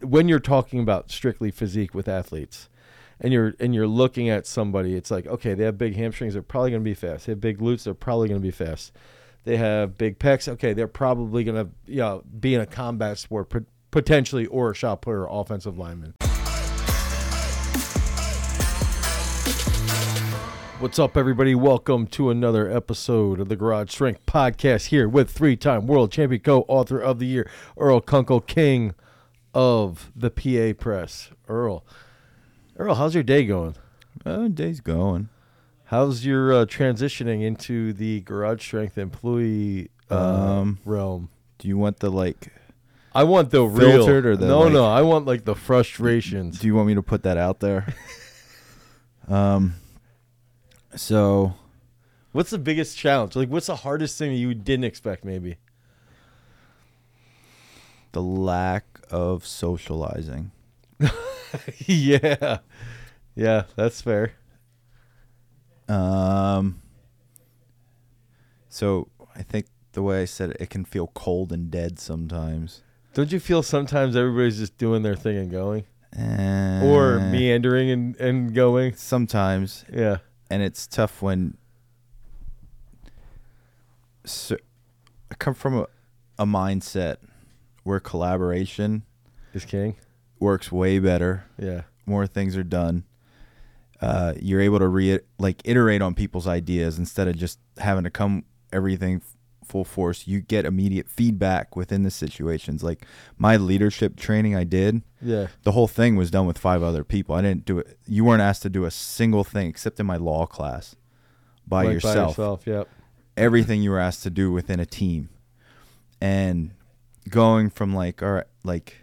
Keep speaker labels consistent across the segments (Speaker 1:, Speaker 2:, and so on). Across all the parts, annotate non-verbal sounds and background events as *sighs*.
Speaker 1: when you're talking about strictly physique with athletes and you're and you're looking at somebody, it's like, okay, they have big hamstrings, they're probably gonna be fast. They have big glutes, they're probably gonna be fast. They have big pecs, okay, they're probably gonna you know, be in a combat sport pot- potentially or a shot put or offensive lineman. What's up, everybody? Welcome to another episode of the Garage Strength Podcast here with three time world champion co author of the year, Earl Kunkel, king of the PA Press. Earl, Earl, how's your day going?
Speaker 2: Oh, day's going.
Speaker 1: How's your uh, transitioning into the Garage Strength employee uh,
Speaker 2: Um,
Speaker 1: realm?
Speaker 2: Do you want the like?
Speaker 1: I want the
Speaker 2: filtered
Speaker 1: real.
Speaker 2: or the,
Speaker 1: no,
Speaker 2: like-
Speaker 1: no, I want like the frustrations.
Speaker 2: Do you want me to put that out there? um. So
Speaker 1: What's the biggest challenge? Like, what's the hardest thing you didn't expect? Maybe.
Speaker 2: the lack of socializing.
Speaker 1: *laughs* yeah, yeah, that's fair.
Speaker 2: Um. So I think the way I said it, it can feel cold and dead sometimes.
Speaker 1: Don't you feel sometimes everybody's just doing their thing and going, or
Speaker 2: Or
Speaker 1: Uh. meandering and, and going?
Speaker 2: Sometimes
Speaker 1: Yeah,
Speaker 2: and it's tough when so, I come from a, a mindset where collaboration
Speaker 1: is king.
Speaker 2: works way better,
Speaker 1: Yeah,
Speaker 2: more things are done. Uh, you're able to re like iterate on people's ideas instead of just having to come everything f- full force. You get immediate feedback within the situations. Like my leadership training I did,
Speaker 1: yeah,
Speaker 2: the whole thing was done with five other people. I didn't do it. You weren't asked to do a single thing except in my law class by,
Speaker 1: Like
Speaker 2: yourself.
Speaker 1: Yep.
Speaker 2: Everything you were asked to do within a team, and going from like all right, like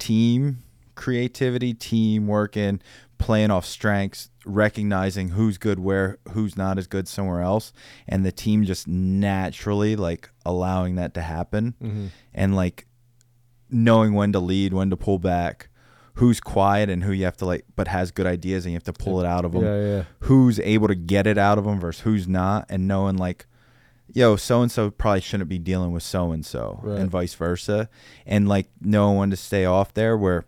Speaker 2: team creativity, team working, playing off strengths, recognizing who's good where, who's not as good somewhere else, and the team just naturally like allowing that to happen, and like knowing when to lead, when to pull back, who's quiet and who you have to like, but has good ideas and you have to pull it out of them.
Speaker 1: Yeah, yeah.
Speaker 2: Who's able to get it out of them versus who's not, and knowing like, yo, so and so probably shouldn't be dealing with so and so,
Speaker 1: Right.
Speaker 2: and vice versa, and like knowing when to stay off there where,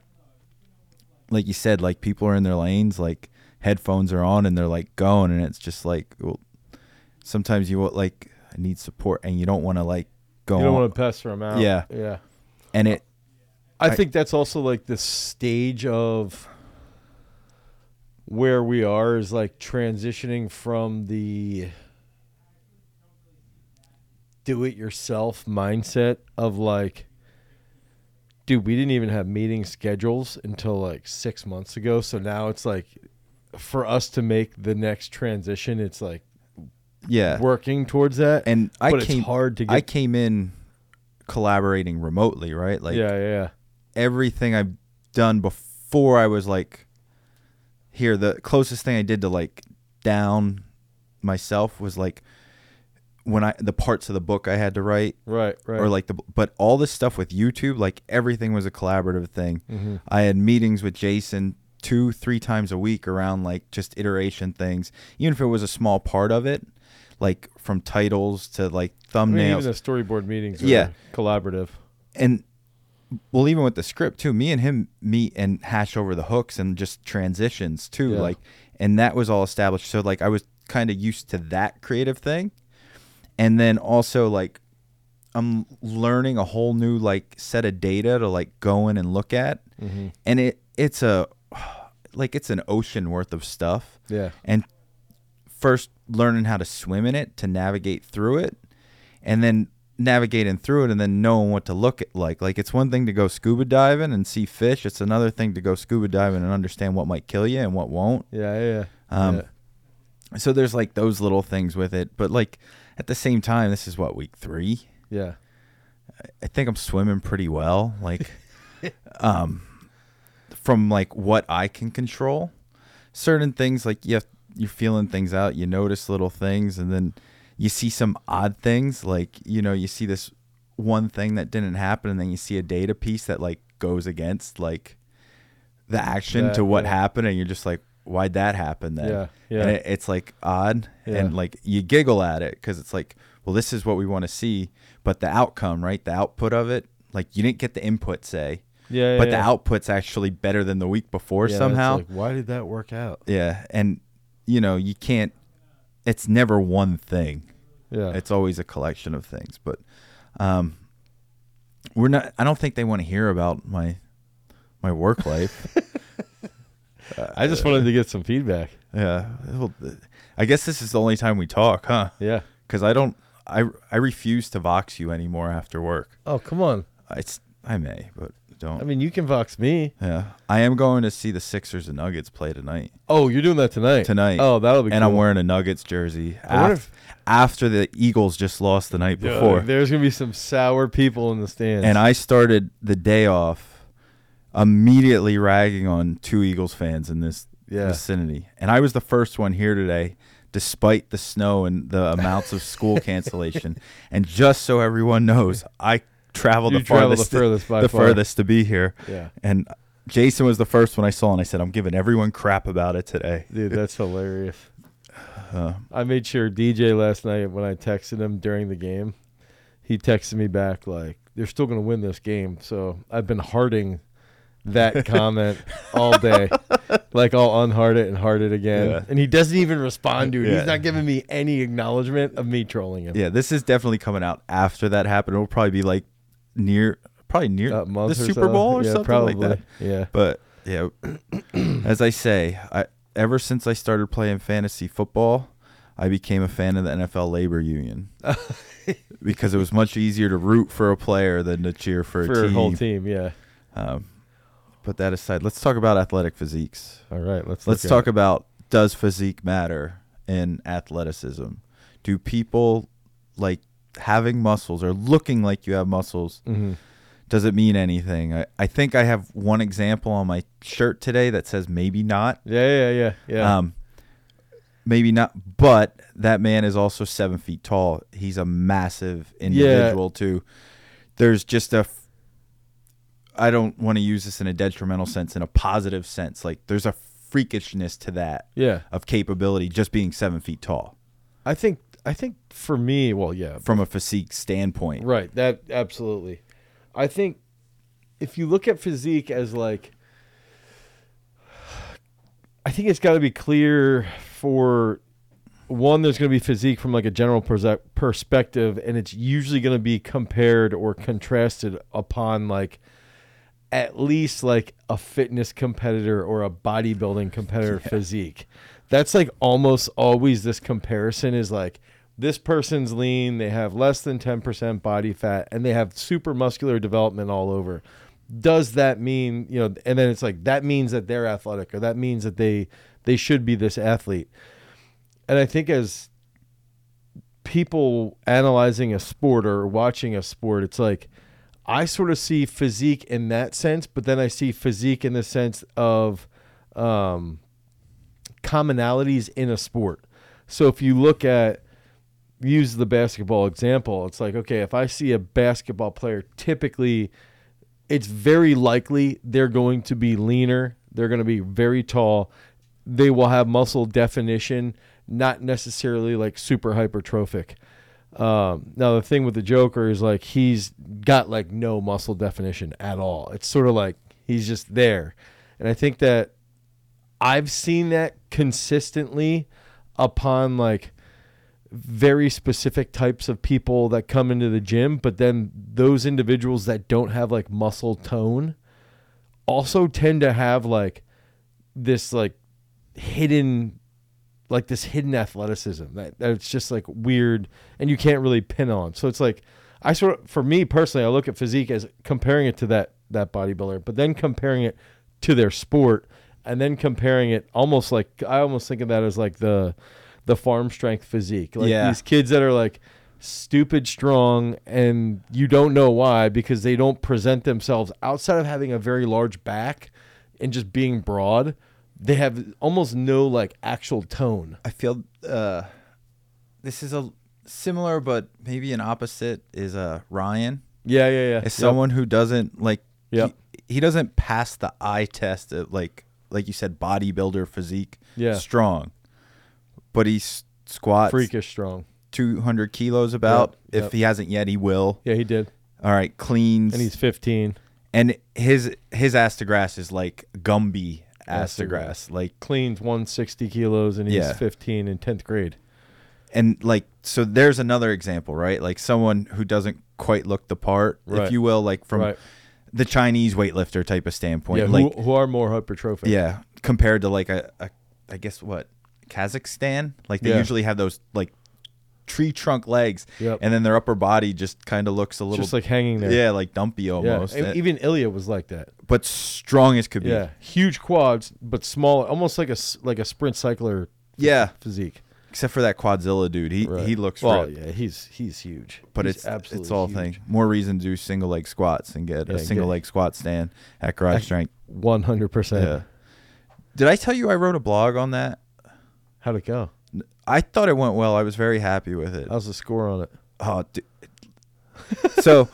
Speaker 2: like you said, like people are in their lanes, like headphones are on and they're like going, and it's just like, well, sometimes you will, like need support and you don't want to like go
Speaker 1: You don't
Speaker 2: on,
Speaker 1: want to pester them out.
Speaker 2: Yeah.
Speaker 1: yeah.
Speaker 2: and it
Speaker 1: I
Speaker 2: I-
Speaker 1: think that's also like the stage of where we are is like transitioning from the do it yourself mindset of like dude we didn't even have meeting schedules until like 6 months ago so now it's like for us to make the next transition it's like
Speaker 2: yeah,
Speaker 1: working towards that
Speaker 2: and I
Speaker 1: but
Speaker 2: came
Speaker 1: it's hard to get
Speaker 2: I came in collaborating remotely, right? Like
Speaker 1: yeah yeah yeah
Speaker 2: everything I've done before I was like here the closest thing I did to like down myself was like when I the parts of the book I had to write
Speaker 1: right right
Speaker 2: or like the but all this stuff with YouTube like everything was a collaborative thing.
Speaker 1: Mhm.
Speaker 2: I had meetings with Jason two, three times a week around like just iteration things, even if it was a small part of it, like from titles to like
Speaker 1: I mean,
Speaker 2: thumbnails.
Speaker 1: even the storyboard meetings are
Speaker 2: Yeah.
Speaker 1: collaborative
Speaker 2: and well, even with the script too, me and him meet and hash over the hooks and just transitions too.
Speaker 1: Yeah.
Speaker 2: Like, and that was all established. So, like, I was kind of used to that creative thing. And then also, like, I'm learning a whole new, like, set of data to, like, go in and look at. And it, it's a, *sighs* like, it's an ocean worth of stuff
Speaker 1: yeah
Speaker 2: and first learning how to swim in it to navigate through it and then navigating through it and then knowing what to look at like like it's one thing to go scuba diving and see fish it's another thing to go scuba diving and understand what might kill you and what won't
Speaker 1: Yeah, yeah, yeah.
Speaker 2: Um,
Speaker 1: yeah.
Speaker 2: so there's like those little things with it but like at the same time this is what week 3
Speaker 1: yeah.
Speaker 2: I think I'm swimming pretty well. Like, *laughs* um, from like what I can control, certain things like you have, you're feeling things out. You notice little things, and then you see some odd things. Like you know, you see this one thing that didn't happen, and then you see a data piece that like goes against like the action
Speaker 1: That,
Speaker 2: to what
Speaker 1: yeah.
Speaker 2: happened, and you're just like, why'd that happen then?
Speaker 1: Yeah, yeah.
Speaker 2: And it, it's like odd,
Speaker 1: Yeah.
Speaker 2: and like you giggle at it because it's like, well, this is what we want to see, but the outcome, right? The output of it, like you didn't get the input, say,
Speaker 1: Yeah, yeah,
Speaker 2: but the
Speaker 1: yeah.
Speaker 2: output's actually better than the week before
Speaker 1: Yeah, that's
Speaker 2: somehow.
Speaker 1: like, why did that work out?
Speaker 2: yeah, and you know you can't. It's never one thing.
Speaker 1: Yeah.
Speaker 2: It's always a collection of things. But um, we're not. I don't think they want to hear about my my work life.
Speaker 1: *laughs*
Speaker 2: Uh,
Speaker 1: I just wanted to get some feedback.
Speaker 2: yeah. Well, I guess this is the only time we talk, huh?
Speaker 1: Yeah.
Speaker 2: Because I don't. I I refuse to vox you anymore after work.
Speaker 1: Oh, come on.
Speaker 2: It's I may, but don't.
Speaker 1: I mean, you can vox me.
Speaker 2: yeah. I am going to see the Sixers and Nuggets play tonight.
Speaker 1: Oh, you're doing that tonight.
Speaker 2: Tonight.
Speaker 1: Oh, that'll be
Speaker 2: and
Speaker 1: cool.
Speaker 2: I'm wearing a Nuggets jersey
Speaker 1: I wonder
Speaker 2: af- after the Eagles just lost the night
Speaker 1: Yeah,
Speaker 2: before.
Speaker 1: There's gonna be some sour people in the stands.
Speaker 2: and I started the day off immediately ragging on two Eagles fans in this
Speaker 1: Yeah.
Speaker 2: vicinity. And I was the first one here today, despite the snow and the amounts
Speaker 1: *laughs*
Speaker 2: of school cancellation. And just so everyone knows, I traveled
Speaker 1: You
Speaker 2: the
Speaker 1: traveled the
Speaker 2: farthest,
Speaker 1: furthest by
Speaker 2: the
Speaker 1: far.
Speaker 2: furthest to be here.
Speaker 1: Yeah.
Speaker 2: And Jason was the first one I saw, and I said, "I'm giving everyone crap about it today."
Speaker 1: Dude, that's hilarious. I made sure DJ last night when I texted him during the game, he texted me back like, "They're still going to win this game." So I've been hearting
Speaker 2: *laughs*
Speaker 1: that comment all day, like I'll unheart it and heart it again.
Speaker 2: Yeah.
Speaker 1: And he doesn't even respond to it.
Speaker 2: Yeah.
Speaker 1: He's not giving me any acknowledgement of me trolling him.
Speaker 2: Yeah, this is definitely coming out after that happened. It'll probably be like near, probably near
Speaker 1: A month
Speaker 2: the
Speaker 1: or
Speaker 2: Super
Speaker 1: so.
Speaker 2: Bowl or
Speaker 1: Yeah,
Speaker 2: something
Speaker 1: probably.
Speaker 2: like that.
Speaker 1: Yeah.
Speaker 2: But yeah, *clears throat* as I say, I ever since I started playing fantasy football, I became a fan of the NFL
Speaker 1: *laughs*
Speaker 2: labor union because it was much easier to root for a player than to cheer for a
Speaker 1: For a
Speaker 2: team.
Speaker 1: whole team, yeah.
Speaker 2: Um, put that aside. Let's talk about athletic physiques.
Speaker 1: All right, let's
Speaker 2: Let's
Speaker 1: look at
Speaker 2: talk
Speaker 1: it.
Speaker 2: about does physique matter in athleticism? Do people like having muscles or looking like you have muscles?
Speaker 1: Mhm.
Speaker 2: Does it mean anything? I, I think I have one example on my shirt today that says maybe not.
Speaker 1: Yeah, yeah, yeah, yeah.
Speaker 2: Um, maybe not, but that man is also seven feet tall. He's a massive individual too. There's just a. f- I don't want to use this in a detrimental sense, in a positive sense. Like there's a freakishness to that
Speaker 1: yeah.
Speaker 2: of capability just being seven feet tall
Speaker 1: I think I think for me, well, yeah,
Speaker 2: from a physique standpoint.
Speaker 1: Right. That absolutely. I think if you look at physique as like, I think it's got to be clear for one. There's going to be physique from like a general perse- perspective, and it's usually going to be compared or contrasted upon like at least like a fitness competitor or a bodybuilding competitor physique. That's like almost always this comparison is like this person's lean, they have less than 10% body fat and they have super muscular development all over. Does that mean, you know, and then it's like that means that they're athletic or that means that they they should be this athlete. And I think as people analyzing a sport or watching a sport, it's like I sort of see physique in that sense, but then I see physique in the sense of um, commonalities in a sport. So if you look at use the basketball example, it's like okay, if I see a basketball player, typically it's very likely they're going to be leaner, they're going to be very tall, they will have muscle definition, not necessarily like super hypertrophic. Um, now the thing with the Joker is like he's got like no muscle definition at all. It's sort of like he's just there, and I think that I've seen that consistently upon like very specific types of people that come into the gym, but then those individuals that don't have like muscle tone also tend to have like this like hidden like this hidden athleticism that that's just like weird and you can't really pin on. So it's like I sort of for me personally I look at physique as comparing it to that that bodybuilder, but then comparing it to their sport and then comparing it almost like I almost think of that as like the the farm strength physique. Like
Speaker 2: Yeah.
Speaker 1: these kids that are like stupid strong and you don't know why because they don't present themselves outside of having a very large back and just being broad. They have almost no like actual tone.
Speaker 2: I feel uh, this is a similar but maybe an opposite is uh, Ryan.
Speaker 1: Yeah, yeah, yeah.
Speaker 2: Is
Speaker 1: Yep.
Speaker 2: someone who doesn't like
Speaker 1: Yep.
Speaker 2: he, he doesn't pass the eye test of like like you said bodybuilder physique
Speaker 1: Yeah.
Speaker 2: strong but he s- squats
Speaker 1: freakish strong.
Speaker 2: 200 kilos about
Speaker 1: Yep,
Speaker 2: if
Speaker 1: yep.
Speaker 2: he hasn't yet he will
Speaker 1: Yeah, he did,
Speaker 2: all right cleans
Speaker 1: and he's 15.
Speaker 2: and his his ass to grass is like Gumby ass
Speaker 1: Ass to
Speaker 2: to grass, like
Speaker 1: Cleaned 160 kilos and he's
Speaker 2: Yeah.
Speaker 1: 15 in 10th grade.
Speaker 2: and like so. There's another example, right? Like someone who doesn't quite look the part,
Speaker 1: Right.
Speaker 2: if you will, like from
Speaker 1: Right.
Speaker 2: the Chinese weightlifter type of standpoint,
Speaker 1: Yeah, who,
Speaker 2: like
Speaker 1: who are more hypertrophic.
Speaker 2: yeah, compared to like a, a I guess what Kazakhstan, like they
Speaker 1: Yeah.
Speaker 2: usually have those like tree trunk legs,
Speaker 1: Yep.
Speaker 2: and then their upper body just kind of looks a little
Speaker 1: Just like hanging there.
Speaker 2: yeah, like dumpy
Speaker 1: Yeah,
Speaker 2: almost,
Speaker 1: and
Speaker 2: eh,
Speaker 1: even Ilya was like that.
Speaker 2: but strong as could be.
Speaker 1: Yeah, huge quads, but small, almost like a s- like a sprint cycler.
Speaker 2: Yeah.
Speaker 1: physique.
Speaker 2: except for that Quadzilla dude. He
Speaker 1: Right.
Speaker 2: he looks
Speaker 1: well.
Speaker 2: ripped,
Speaker 1: Yeah, he's he's huge.
Speaker 2: but
Speaker 1: He's
Speaker 2: it's
Speaker 1: absolutely
Speaker 2: it's all
Speaker 1: huge.
Speaker 2: thing. More reason to do single leg squats and get
Speaker 1: Yeah,
Speaker 2: a
Speaker 1: and
Speaker 2: single
Speaker 1: get-
Speaker 2: leg squat stand at garage strength.
Speaker 1: One hundred
Speaker 2: Yeah.
Speaker 1: percent.
Speaker 2: Did I tell you I wrote a blog on that?
Speaker 1: How'd it go?
Speaker 2: I thought it went well. I was very happy with it.
Speaker 1: How's the score on it?
Speaker 2: Oh, d- so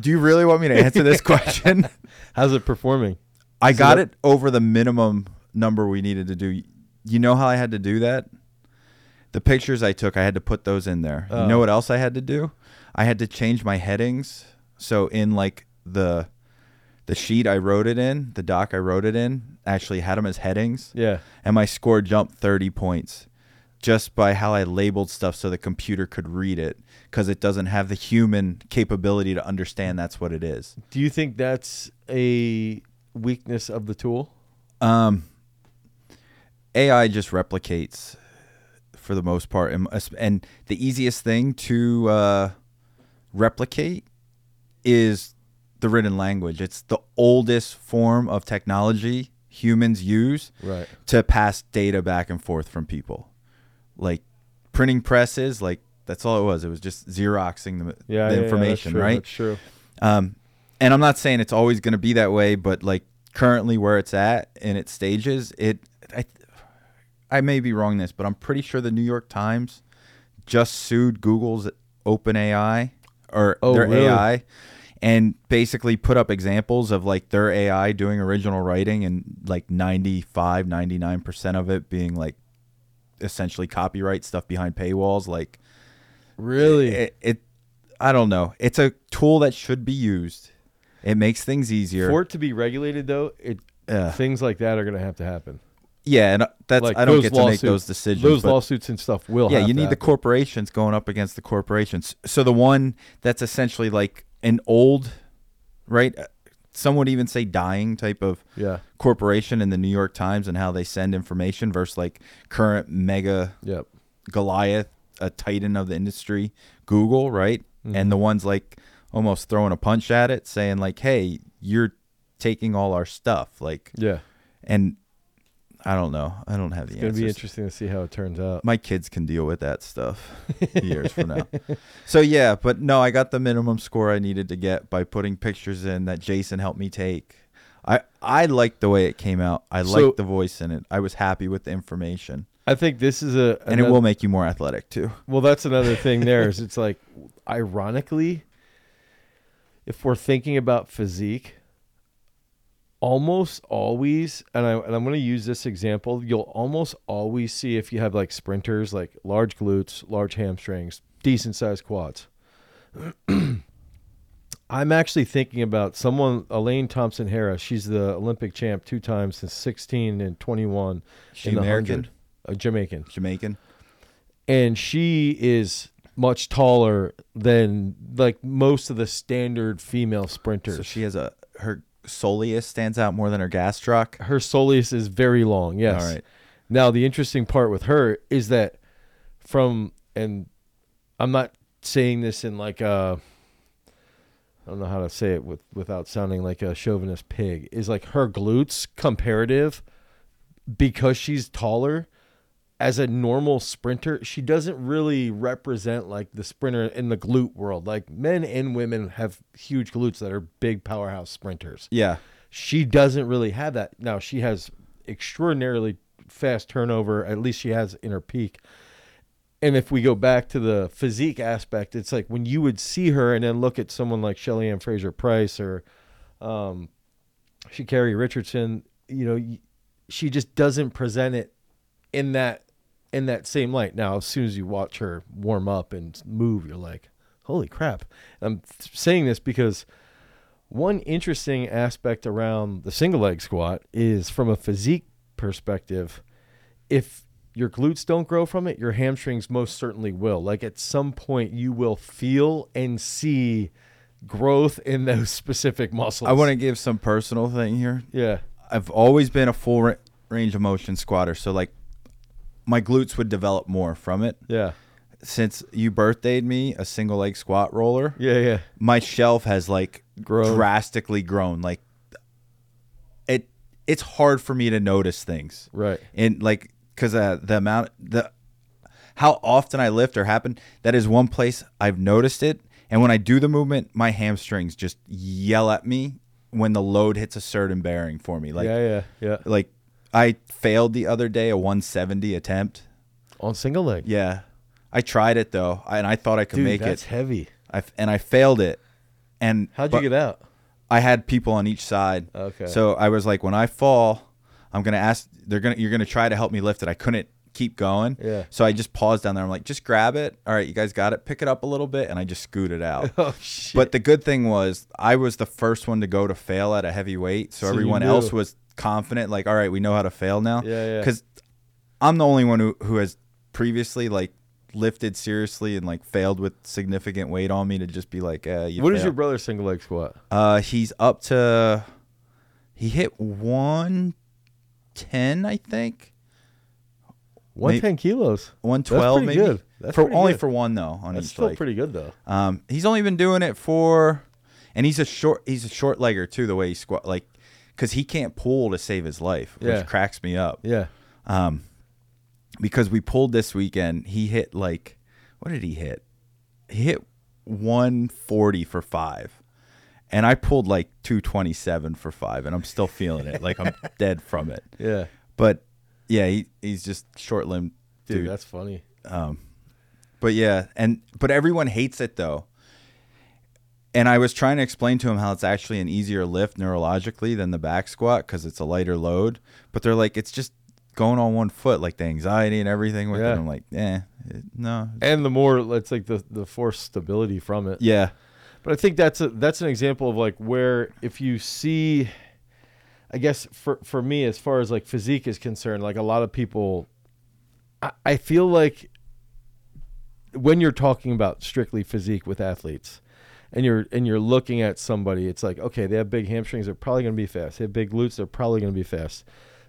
Speaker 2: do you really want me to answer this question?
Speaker 1: How's it performing?
Speaker 2: I
Speaker 1: So
Speaker 2: got
Speaker 1: that-
Speaker 2: it over the minimum number we needed to do. You know how I had to do that? The pictures I took, I had to put those in there.
Speaker 1: Oh.
Speaker 2: you know what else I had to do? I had to change my headings. So in like the the sheet I wrote it in, the doc I wrote it in, actually had them as headings,
Speaker 1: Yeah,
Speaker 2: and my score jumped 30 points just by how I labeled stuff so the computer could read it cuz it doesn't have the human capability to understand that's what it is.
Speaker 1: Do you think that's a weakness of the tool?
Speaker 2: Um, AI just replicates for the most part, and, and the easiest thing to uh, replicate is the written language. It's the oldest form of technology humans use
Speaker 1: Right.
Speaker 2: to pass data back and forth from people, like printing presses. Like that's all it was. It was just xeroxing the,
Speaker 1: Yeah, yeah, yeah,
Speaker 2: the
Speaker 1: that's
Speaker 2: information,
Speaker 1: true,
Speaker 2: right?
Speaker 1: That's true.
Speaker 2: Um, and I'm not saying it's always going to be that way, but like currently where it's at in its stages, it I I may be wrong in this, but I'm pretty sure the New York Times just sued Google's OpenAI or
Speaker 1: Oh,
Speaker 2: their
Speaker 1: really?
Speaker 2: AI and basically put up examples of like their AI doing original writing and like 95, 99% of it being like essentially copyright stuff behind paywalls like
Speaker 1: Really?
Speaker 2: it, it I don't know. It's a tool that should be used. It makes things easier.
Speaker 1: For it to be regulated, though, it
Speaker 2: Yeah.
Speaker 1: things like that are going to have to happen.
Speaker 2: yeah, and uh, that's
Speaker 1: Like
Speaker 2: I don't
Speaker 1: those
Speaker 2: get to
Speaker 1: lawsuits,
Speaker 2: make those decisions.
Speaker 1: Those
Speaker 2: but
Speaker 1: lawsuits and stuff will.
Speaker 2: yeah,
Speaker 1: have
Speaker 2: you
Speaker 1: to
Speaker 2: need the
Speaker 1: happen.
Speaker 2: corporations going up against the corporations. So the one that's essentially like an old, right? uh, Some would even say dying type of
Speaker 1: Yeah.
Speaker 2: corporation in the New York Times and how they send information versus like current mega
Speaker 1: Yep.
Speaker 2: Goliath, a titan of the industry, Google, right?
Speaker 1: Mm-hmm.
Speaker 2: And the ones like almost throwing a punch at it, saying like, "Hey, you're taking all our stuff." Like,
Speaker 1: Yeah.
Speaker 2: and I don't know. I don't have the
Speaker 1: It's gonna be
Speaker 2: answers.
Speaker 1: interesting to see how it turns out.
Speaker 2: My kids can deal with
Speaker 1: *laughs*
Speaker 2: that stuff years from now. So yeah, but no, I got the minimum score I needed to get by putting pictures in that Jason helped me take. I I liked the way it came out. I
Speaker 1: So-
Speaker 2: liked the voice in it. I was happy with the information,
Speaker 1: I think this is a
Speaker 2: and it will make you more athletic too.
Speaker 1: Well, that's another thing. There is it's like, ironically, if we're thinking about physique, almost always, and I and I'm going to use this example. You'll almost always see if you have like sprinters, like large glutes, large hamstrings, decent sized quads. *clears throat* I'm actually thinking about someone, Elaine Thompson Harris. She's the Olympic champ two times since 16 and 21.
Speaker 2: She
Speaker 1: in the
Speaker 2: American?
Speaker 1: 100. Uh, Jamaican
Speaker 2: Jamaican.
Speaker 1: and she is much taller than like most of the standard female sprinters.
Speaker 2: So she has a her soleus stands out more than her gastroc.
Speaker 1: her soleus is very long. Yes.
Speaker 2: All right.
Speaker 1: Now the interesting part with her is that from and I'm not saying this in like a I don't know how to say it with without sounding like a chauvinist pig is like her glutes comparative because she's taller as a normal sprinter she doesn't really represent like the sprinter in the glute world like men and women have huge glutes that are big powerhouse sprinters
Speaker 2: Yeah.
Speaker 1: she doesn't really have that now she has extraordinarily fast turnover at least she has in her peak and if we go back to the physique aspect it's like when you would see her and then look at someone like Shelly Ann Fraser Price or um Shakari Richardson you know y- she just doesn't present it in that in that same light now as soon as you watch her warm up and move you're like holy crap i'm saying this because One interesting aspect around the single leg squat is from a physique perspective, if your glutes don't grow from it, your hamstrings most certainly will. Like at some point, you will feel and see growth in those *laughs* specific muscles.
Speaker 2: I want to give some personal thing here.
Speaker 1: Yeah.
Speaker 2: I've always been a full ra- range of motion squatter, so like my glutes would develop more from it.
Speaker 1: Yeah.
Speaker 2: Since you birthdayed me a single leg squat roller,
Speaker 1: Yeah. Yeah.
Speaker 2: my shelf has like
Speaker 1: Grown.
Speaker 2: drastically grown. Like it, it's hard for me to notice things,
Speaker 1: Right.
Speaker 2: and like because uh, the amount the how often I lift or happen that is one place I've noticed it. And when I do the movement, my hamstrings just yell at me when the load hits a certain bearing for me. Like
Speaker 1: yeah. Yeah. Yeah.
Speaker 2: like I failed the other day a 170 attempt.
Speaker 1: On single leg.
Speaker 2: Yeah. I tried it though, and I thought I could
Speaker 1: Dude,
Speaker 2: make
Speaker 1: that's
Speaker 2: it.
Speaker 1: heavy.
Speaker 2: I f and I failed it. And
Speaker 1: How'd
Speaker 2: but
Speaker 1: you get out?
Speaker 2: I had people on each side.
Speaker 1: Okay.
Speaker 2: So I was like, when I fall, I'm gonna ask. They're gonna. You're gonna try to help me lift it. I couldn't keep going.
Speaker 1: Yeah.
Speaker 2: So I just paused down there. I'm like, just grab it. All right, you guys got it. Pick it up a little bit, and I just scooted out.
Speaker 1: *laughs* *laughs* Oh shit.
Speaker 2: But the good thing was I was the first one to go to fail at a heavy weight,
Speaker 1: So
Speaker 2: so,
Speaker 1: you
Speaker 2: everyone
Speaker 1: knew.
Speaker 2: else was confident. Like, all right, we know how to fail now.
Speaker 1: Yeah, yeah.
Speaker 2: Because I'm the only one who, who has previously like lifted seriously and like failed with significant weight on me to just be like, uh, you
Speaker 1: what is
Speaker 2: failed.
Speaker 1: your brother's single leg squat?
Speaker 2: Uh, he's up to. He hit one ten, I think.
Speaker 1: One ten kilos.
Speaker 2: One twelve,
Speaker 1: pretty
Speaker 2: maybe.
Speaker 1: good. That's
Speaker 2: for
Speaker 1: pretty
Speaker 2: only
Speaker 1: good.
Speaker 2: for one though. On
Speaker 1: That's
Speaker 2: each
Speaker 1: still
Speaker 2: leg.
Speaker 1: pretty good though.
Speaker 2: Um, he's only been doing it for, and he's a short. He's a short legger too. The way he squat, like, because he can't pull to save his life,
Speaker 1: Yeah.
Speaker 2: which cracks me up.
Speaker 1: Yeah.
Speaker 2: Um, because we pulled this weekend, he hit like, what did he hit? He hit one forty for five, and I pulled like two twenty seven for five, and I'm still feeling
Speaker 1: *laughs*
Speaker 2: it. like I'm dead from it.
Speaker 1: Yeah.
Speaker 2: But yeah, he, he's just short limbed,
Speaker 1: Dude,
Speaker 2: dude.
Speaker 1: that's funny.
Speaker 2: But yeah, and but everyone hates it though. And I was trying to explain to him how it's actually an easier lift neurologically than the back squat because it's a lighter load. But they're like, it's just going on one foot, like the anxiety and everything with
Speaker 1: Yeah.
Speaker 2: it. I'm like, eh, it- no,
Speaker 1: And the more it's like the the force stability from it.
Speaker 2: yeah,
Speaker 1: But I think that's a that's an example of like where if you see I guess for for me as far as like physique is concerned, like a lot of people I, I feel like when you're talking about strictly physique with athletes and you're and you're looking at somebody, it's like, okay, they have big hamstrings, they're probably gonna be fast. They have big glutes, they're probably gonna be fast.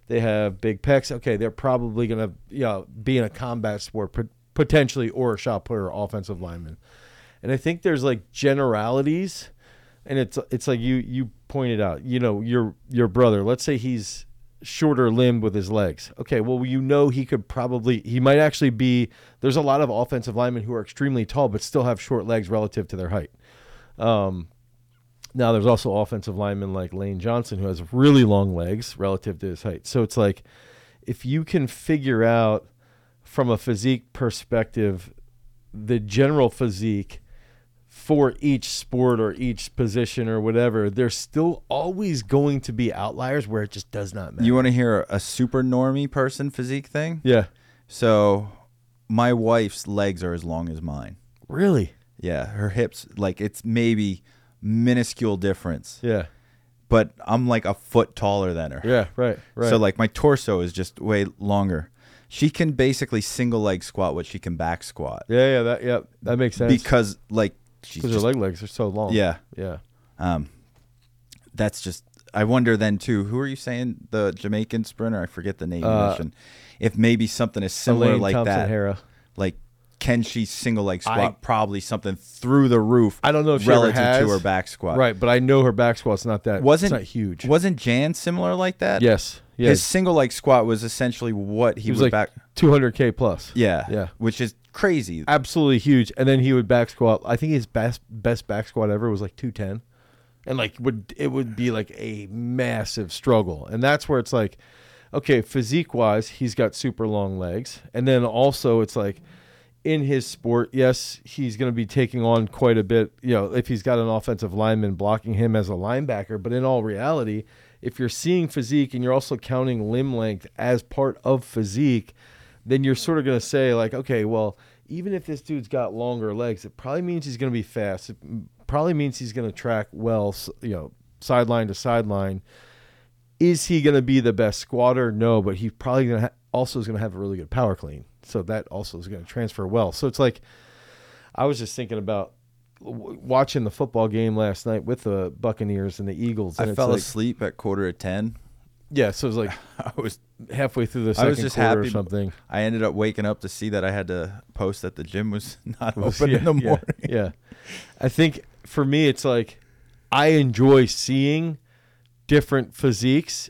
Speaker 1: They have big pecs, okay, they're probably gonna you know, be in a combat sport pot- potentially or a shot put or offensive lineman. And I think there's like generalities and it's it's like you you pointed out, you know, your your brother, let's say he's shorter limbed with his legs. Okay, well you know he could probably he might actually be there's a lot of offensive linemen who are extremely tall but still have short legs relative to their height. Now there's also offensive linemen like Lane Johnson who has really long legs relative to his height. So it's like if you can figure out from a physique perspective the general physique for each sport or each position or whatever, there's still always going to be outliers where it just does not matter.
Speaker 2: you want to hear a super normie person physique thing?
Speaker 1: yeah.
Speaker 2: So, my wife's legs are as long as mine.
Speaker 1: Really?
Speaker 2: Yeah, her hips, like it's maybe minuscule difference,
Speaker 1: Yeah.
Speaker 2: but I'm like a foot taller than her.
Speaker 1: Yeah, right, right.
Speaker 2: So like my torso is just way longer. She can basically single leg squat what she can back squat
Speaker 1: yeah, yeah, that yeah, that makes sense.
Speaker 2: because like she's
Speaker 1: Because her
Speaker 2: just,
Speaker 1: leg legs are so long.
Speaker 2: yeah.
Speaker 1: Yeah.
Speaker 2: Um, that's just. I wonder then too. Who are you saying the Jamaican sprinter? I forget the name. you
Speaker 1: Uh,
Speaker 2: mentioned. If maybe something is similar
Speaker 1: Elaine
Speaker 2: like that,
Speaker 1: Thompson-Hara.
Speaker 2: like can she single leg squat?
Speaker 1: I-
Speaker 2: probably something through the roof.
Speaker 1: I don't know if she ever
Speaker 2: relative
Speaker 1: has.
Speaker 2: to her back squat.
Speaker 1: Right, but I know her back squat's not that
Speaker 2: Wasn't
Speaker 1: it's not huge.
Speaker 2: Wasn't Jan similar like that?
Speaker 1: Yes. Yes.
Speaker 2: His single leg squat was essentially what he,
Speaker 1: he was
Speaker 2: would
Speaker 1: like
Speaker 2: back.
Speaker 1: 200k plus.
Speaker 2: Yeah.
Speaker 1: Yeah.
Speaker 2: Which is crazy.
Speaker 1: Absolutely huge. And then he would back squat. I think his best best back squat ever was like 210. And like would it would be like a massive struggle. And that's where it's like okay, physique wise, he's got super long legs. And then also it's like in his sport, yes, he's going to be taking on quite a bit, you know, if he's got an offensive lineman blocking him as a linebacker, but in all reality, if you're seeing physique and you're also counting limb length as part of physique, then you're sort of going to say like, okay, well, even if this dude's got longer legs, it probably means he's going to be fast. It m- probably means he's going to track well, s- you know, sideline to sideline. Is he going to be the best squatter? No, but he's probably going to ha- also is going to have a really good power clean. So that also is going to transfer well. So it's like I was just thinking about w- watching the football game last night with the Buccaneers and the Eagles. And
Speaker 2: I
Speaker 1: it's
Speaker 2: fell
Speaker 1: like-
Speaker 2: asleep at quarter to ten.
Speaker 1: Yeah, so it was like
Speaker 2: *laughs* I was.
Speaker 1: halfway through the
Speaker 2: I
Speaker 1: second
Speaker 2: was just
Speaker 1: quarter
Speaker 2: happy.
Speaker 1: or something.
Speaker 2: I ended up waking up to see that I had to post that the gym was *laughs* not
Speaker 1: Was-
Speaker 2: open
Speaker 1: Oh, yeah,
Speaker 2: in the
Speaker 1: yeah,
Speaker 2: morning.
Speaker 1: Yeah. I think for me, it's like I enjoy seeing different physiques,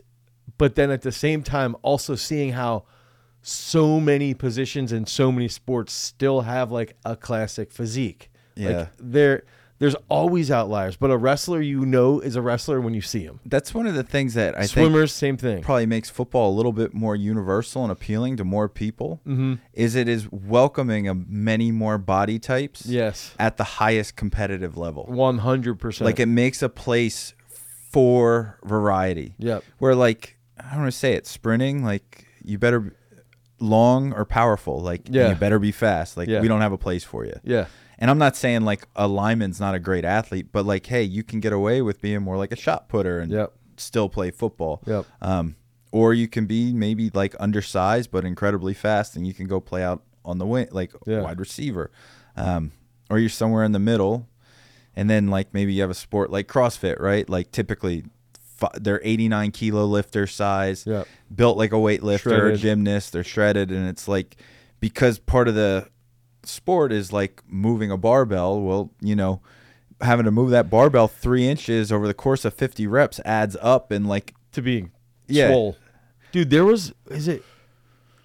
Speaker 1: but then at the same time, also seeing how so many positions and so many sports still have like a classic physique.
Speaker 2: Yeah.
Speaker 1: Like there, there's always outliers, but a wrestler you know is a wrestler when you see him.
Speaker 2: That's one of the things that I think
Speaker 1: Swimmers, same thing.
Speaker 2: probably makes football a little bit more universal and appealing to more people
Speaker 1: Mm-hmm.
Speaker 2: is it is welcoming of many more body types
Speaker 1: Yes.
Speaker 2: at the highest competitive level
Speaker 1: 100%.
Speaker 2: like it makes a place for variety
Speaker 1: Yep.
Speaker 2: where like i don't want to say it sprinting like you better be long or powerful like and
Speaker 1: Yeah.
Speaker 2: you better be fast like
Speaker 1: Yeah.
Speaker 2: we don't have a place for you
Speaker 1: yeah.
Speaker 2: and i'm not saying like a lineman's not a great athlete but like hey you can get away with being more like a shot putter and
Speaker 1: Yep.
Speaker 2: still play football
Speaker 1: Yep.
Speaker 2: um, or you can be maybe like undersized but incredibly fast, and you can go play out on the wing, like
Speaker 1: Yeah.
Speaker 2: wide receiver. Um, or you're somewhere in the middle, and then like maybe you have a sport like CrossFit, right? Like typically, fi- they're 89 kilo lifter size,
Speaker 1: Yep.
Speaker 2: built like a weightlifter,
Speaker 1: Shredded.
Speaker 2: gymnast. They're shredded, and it's like because part of the sport is like moving a barbell. Well, you know. Having to move that barbell three inches over the course of 50 reps adds up, and like
Speaker 1: to being
Speaker 2: Yeah.
Speaker 1: swole. Dude, there was is it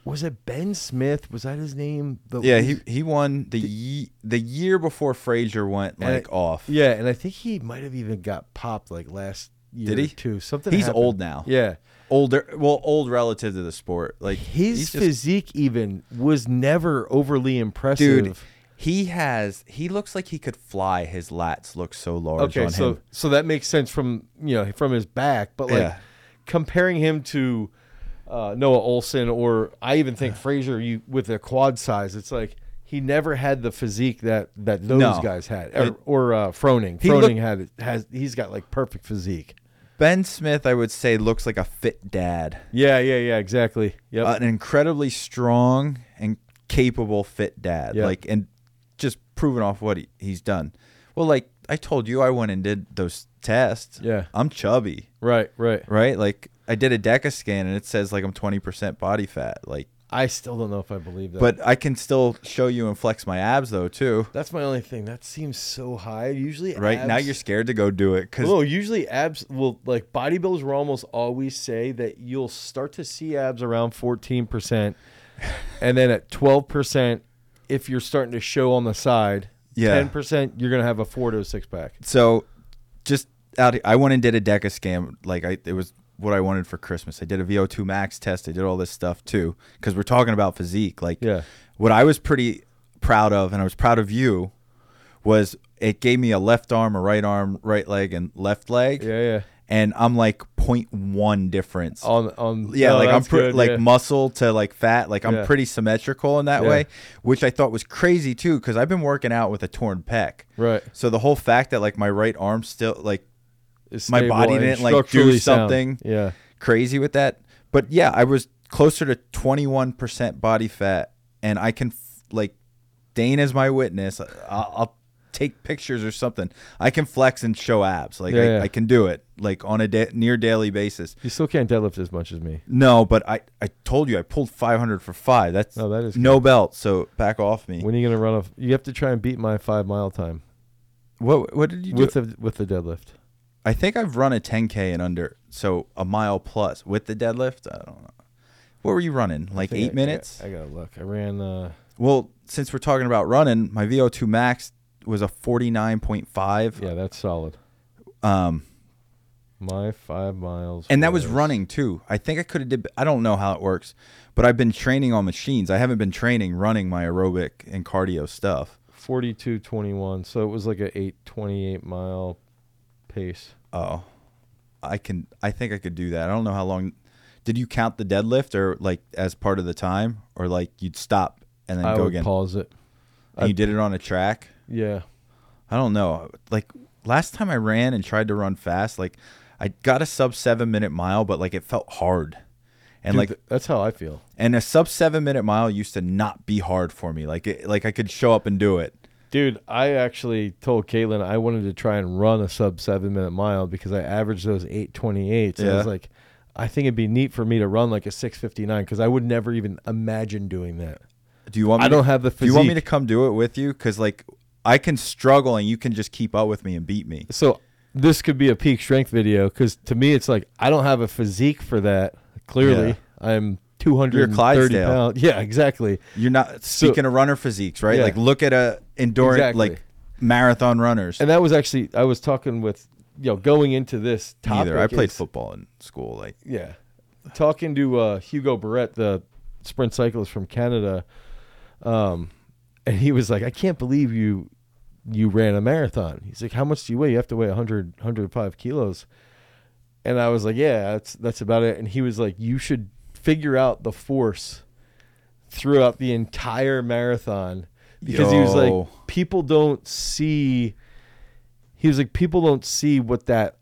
Speaker 1: was it Ben Smith? Was that his name? The-
Speaker 2: Yeah, he he won the ye- the year before Frazier went
Speaker 1: And
Speaker 2: like
Speaker 1: it-
Speaker 2: off.
Speaker 1: Yeah, and I think he might have even got popped like last year
Speaker 2: Did he?
Speaker 1: too. Something
Speaker 2: He's
Speaker 1: happened.
Speaker 2: old now.
Speaker 1: Yeah.
Speaker 2: Older, well, old relative to the sport. Like
Speaker 1: His
Speaker 2: he's just-
Speaker 1: physique even was never overly impressive.
Speaker 2: dude. He has. He looks like he could fly. His lats look so large
Speaker 1: okay,
Speaker 2: on
Speaker 1: so
Speaker 2: him.
Speaker 1: so that makes sense from you know from his back, but like
Speaker 2: Yeah.
Speaker 1: comparing him to uh, Noah Olson or I even
Speaker 2: *sighs*
Speaker 1: think Frazier, you with a quad size, it's like he never had the physique that that those
Speaker 2: No.
Speaker 1: guys had,
Speaker 2: It-
Speaker 1: or, or uh, Froning.
Speaker 2: He
Speaker 1: Froning
Speaker 2: looked-
Speaker 1: had it- has he's got like perfect physique.
Speaker 2: Ben Smith, I would say, looks like a fit dad,
Speaker 1: Yeah, yeah, yeah, exactly. Yep.
Speaker 2: an incredibly strong and capable fit dad.
Speaker 1: Yeah.
Speaker 2: Like and just proving off what he, he's done. Well, like I told you, I went and did those tests.
Speaker 1: Yeah.
Speaker 2: I'm chubby.
Speaker 1: right, right.
Speaker 2: right? Like I did a DECA scan and it says like I'm 20% body fat. Like,
Speaker 1: I still don't know if I believe that.
Speaker 2: but I can still show you and flex my abs though too.
Speaker 1: that's my only thing. That seems so high. Usually,
Speaker 2: Right now
Speaker 1: abs-
Speaker 2: you're scared to go do it because
Speaker 1: Well, no, usually abs will like bodybuilders will almost always say that you'll start to see abs around fourteen percent, and then at twelve percent, if you're starting to show on the side, ten
Speaker 2: Yeah.
Speaker 1: percent, you're gonna have a four to a six pack.
Speaker 2: so just out. I went and did a DECA scan. Like I, it was what I wanted for Christmas. I did a VO2 max test. I did all this stuff too because we're talking about physique. Like
Speaker 1: Yeah.
Speaker 2: what I was pretty proud of, and I was proud of you, was it gave me a left arm, a right arm, right leg, and left leg.
Speaker 1: Yeah, yeah.
Speaker 2: And I'm like 0.1 difference
Speaker 1: On on
Speaker 2: yeah,
Speaker 1: no,
Speaker 2: like I'm
Speaker 1: oh, that's
Speaker 2: pre-
Speaker 1: good,
Speaker 2: like
Speaker 1: yeah.
Speaker 2: muscle to like fat, like I'm
Speaker 1: Yeah.
Speaker 2: pretty symmetrical in that
Speaker 1: Yeah.
Speaker 2: way, which I thought was crazy too because I've been working out with a torn pec.
Speaker 1: right.
Speaker 2: So the whole fact that like my right arm still like
Speaker 1: It's
Speaker 2: my
Speaker 1: stable
Speaker 2: body
Speaker 1: and
Speaker 2: didn't, like, do
Speaker 1: structurally sound.
Speaker 2: something.
Speaker 1: Yeah,
Speaker 2: crazy with that, but yeah, I was closer to 21% body fat, and I can f- like Dane is my witness. I- I'll, I'll take pictures or something. I can flex and show abs. Like I,
Speaker 1: Yeah, yeah.
Speaker 2: I can do it like on a da- near daily basis.
Speaker 1: you still can't deadlift as much as me.
Speaker 2: No, but I, I told you I pulled 500 for five. That's
Speaker 1: No, that is
Speaker 2: no belt. So back off me.
Speaker 1: When are you gonna run off? You have to try and beat my five mile time
Speaker 2: What what did you do?
Speaker 1: with the with the deadlift.
Speaker 2: I think I've run a 10k and under, so a mile plus with the deadlift. I don't know. What were you running? Like
Speaker 1: I think
Speaker 2: eight
Speaker 1: I-
Speaker 2: minutes?
Speaker 1: I, gotta look. I ran. uh
Speaker 2: well, since we're talking about running, my VO2 max was a 49.5.
Speaker 1: Yeah, that's solid.
Speaker 2: Um,
Speaker 1: My five miles.
Speaker 2: and that was running too. I think I could have did. I don't know how it works, but I've been training on machines. I haven't been training running my aerobic and cardio stuff.
Speaker 1: 42 21. So it was like a 8 28 mile pace.
Speaker 2: Oh, I can. I think I could do that. I don't know how long. Did you count the deadlift or like as part of the time, or like you'd stop and then
Speaker 1: I
Speaker 2: go
Speaker 1: would
Speaker 2: again?
Speaker 1: pause it.
Speaker 2: And you did it on a track.
Speaker 1: Yeah.
Speaker 2: I don't know. Like last time I ran and tried to run fast, like I got a sub seven minute mile, but like it felt hard. And
Speaker 1: Dude,
Speaker 2: like
Speaker 1: th- that's how I feel.
Speaker 2: and a sub seven minute mile used to not be hard for me. Like it, like I could show up and do it.
Speaker 1: Dude, I actually told Caitlin I wanted to try and run a sub seven minute mile because I averaged those eight twenty eights. I was
Speaker 2: Yeah.
Speaker 1: like, I think it'd be neat for me to run like a six fifty nine because I would never even imagine doing that.
Speaker 2: Do you want? Me
Speaker 1: I
Speaker 2: to-
Speaker 1: don't have the
Speaker 2: Do you want me to
Speaker 1: physique.
Speaker 2: come do it with you? Because like I can struggle and you can just keep up with me and beat me.
Speaker 1: So this could be a peak strength video because to me it's like I don't have a physique for that. Clearly,
Speaker 2: Yeah.
Speaker 1: I'm two hundred thirty
Speaker 2: Clydesdale.
Speaker 1: pounds. *laughs* Yeah, exactly.
Speaker 2: You're not
Speaker 1: So-
Speaker 2: speaking of runner physiques, right?
Speaker 1: Yeah.
Speaker 2: Like look at a endurance
Speaker 1: Exactly.
Speaker 2: like marathon runners.
Speaker 1: And that was actually I was talking with you know going into this topic.
Speaker 2: Neither. I played
Speaker 1: is-
Speaker 2: football in school. Like
Speaker 1: Yeah. Talking to uh, Hugo Barrett, the sprint cyclist from Canada, um, and he was like, I can't believe you you ran a marathon. He's like, How much do you weigh? You have to weigh 100, 105 kilos. And I was like, Yeah, that's that's about it. And he was like, You should figure out the force throughout the entire marathon. Because he was
Speaker 2: Yo.
Speaker 1: like, people don't see he was like, people don't see what that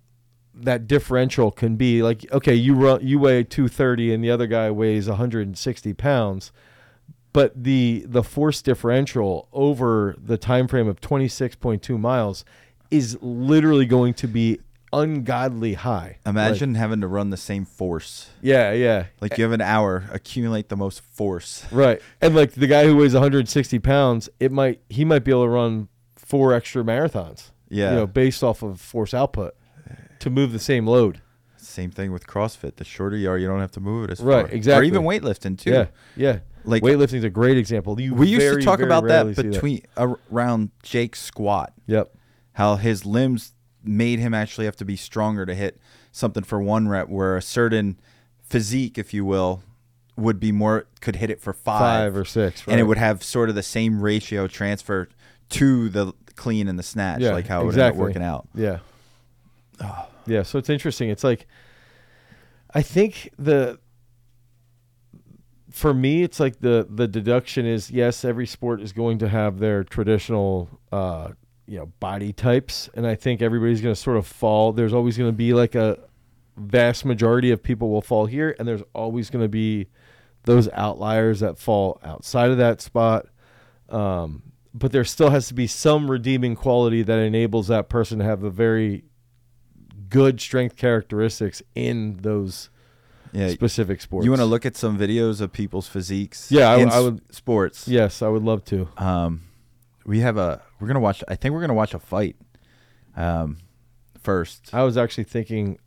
Speaker 1: that differential can be like okay you run you weigh 230 and the other guy weighs 160 pounds but the the force differential over the time frame of 26.2 miles is literally going to be ungodly high Like-
Speaker 2: imagine having to run the same force.
Speaker 1: yeah yeah
Speaker 2: Like you have an hour, accumulate the most force.
Speaker 1: right and like the guy who weighs 160 pounds it might he might be able to run four extra marathons
Speaker 2: Yeah.
Speaker 1: you know based off of force output to move the same load
Speaker 2: Same thing with CrossFit. The shorter you are, you don't have to move it as
Speaker 1: Right,
Speaker 2: far. Or
Speaker 1: exactly.
Speaker 2: even weightlifting too.
Speaker 1: yeah yeah
Speaker 2: Like-
Speaker 1: weightlifting is a great example you
Speaker 2: We used
Speaker 1: very,
Speaker 2: to talk
Speaker 1: very
Speaker 2: about
Speaker 1: rarely
Speaker 2: that
Speaker 1: see
Speaker 2: between around Jake's squat,
Speaker 1: yep
Speaker 2: how his limbs made him actually have to be stronger to hit something for one rep, where a certain physique, if you will, would be more could hit it for five,
Speaker 1: five or six,
Speaker 2: and it
Speaker 1: right.
Speaker 2: would have sort of the same ratio transfer to the clean and the snatch,
Speaker 1: Yeah,
Speaker 2: like how it would end
Speaker 1: exactly.
Speaker 2: up working out.
Speaker 1: yeah, yeah. So it's interesting. It's like I think the for me, it's like the the deduction is yes, every sport is going to have their traditional uh, you know body types, and I think everybody's going to sort of fall. There's always going to be like a vast majority of people will fall here, and there's always going to be those outliers that fall outside of that spot. Um, but there still has to be some redeeming quality that enables that person to have a very good strength characteristics in those
Speaker 2: Yeah,
Speaker 1: specific sports.
Speaker 2: you want to look at some videos of people's physiques?
Speaker 1: Yeah, I
Speaker 2: in
Speaker 1: w- I
Speaker 2: s-
Speaker 1: would-
Speaker 2: sports.
Speaker 1: Yes, I would love to.
Speaker 2: Um, we have a we're gonna watch. I think we're gonna watch a fight. Um, first.
Speaker 1: I was actually thinking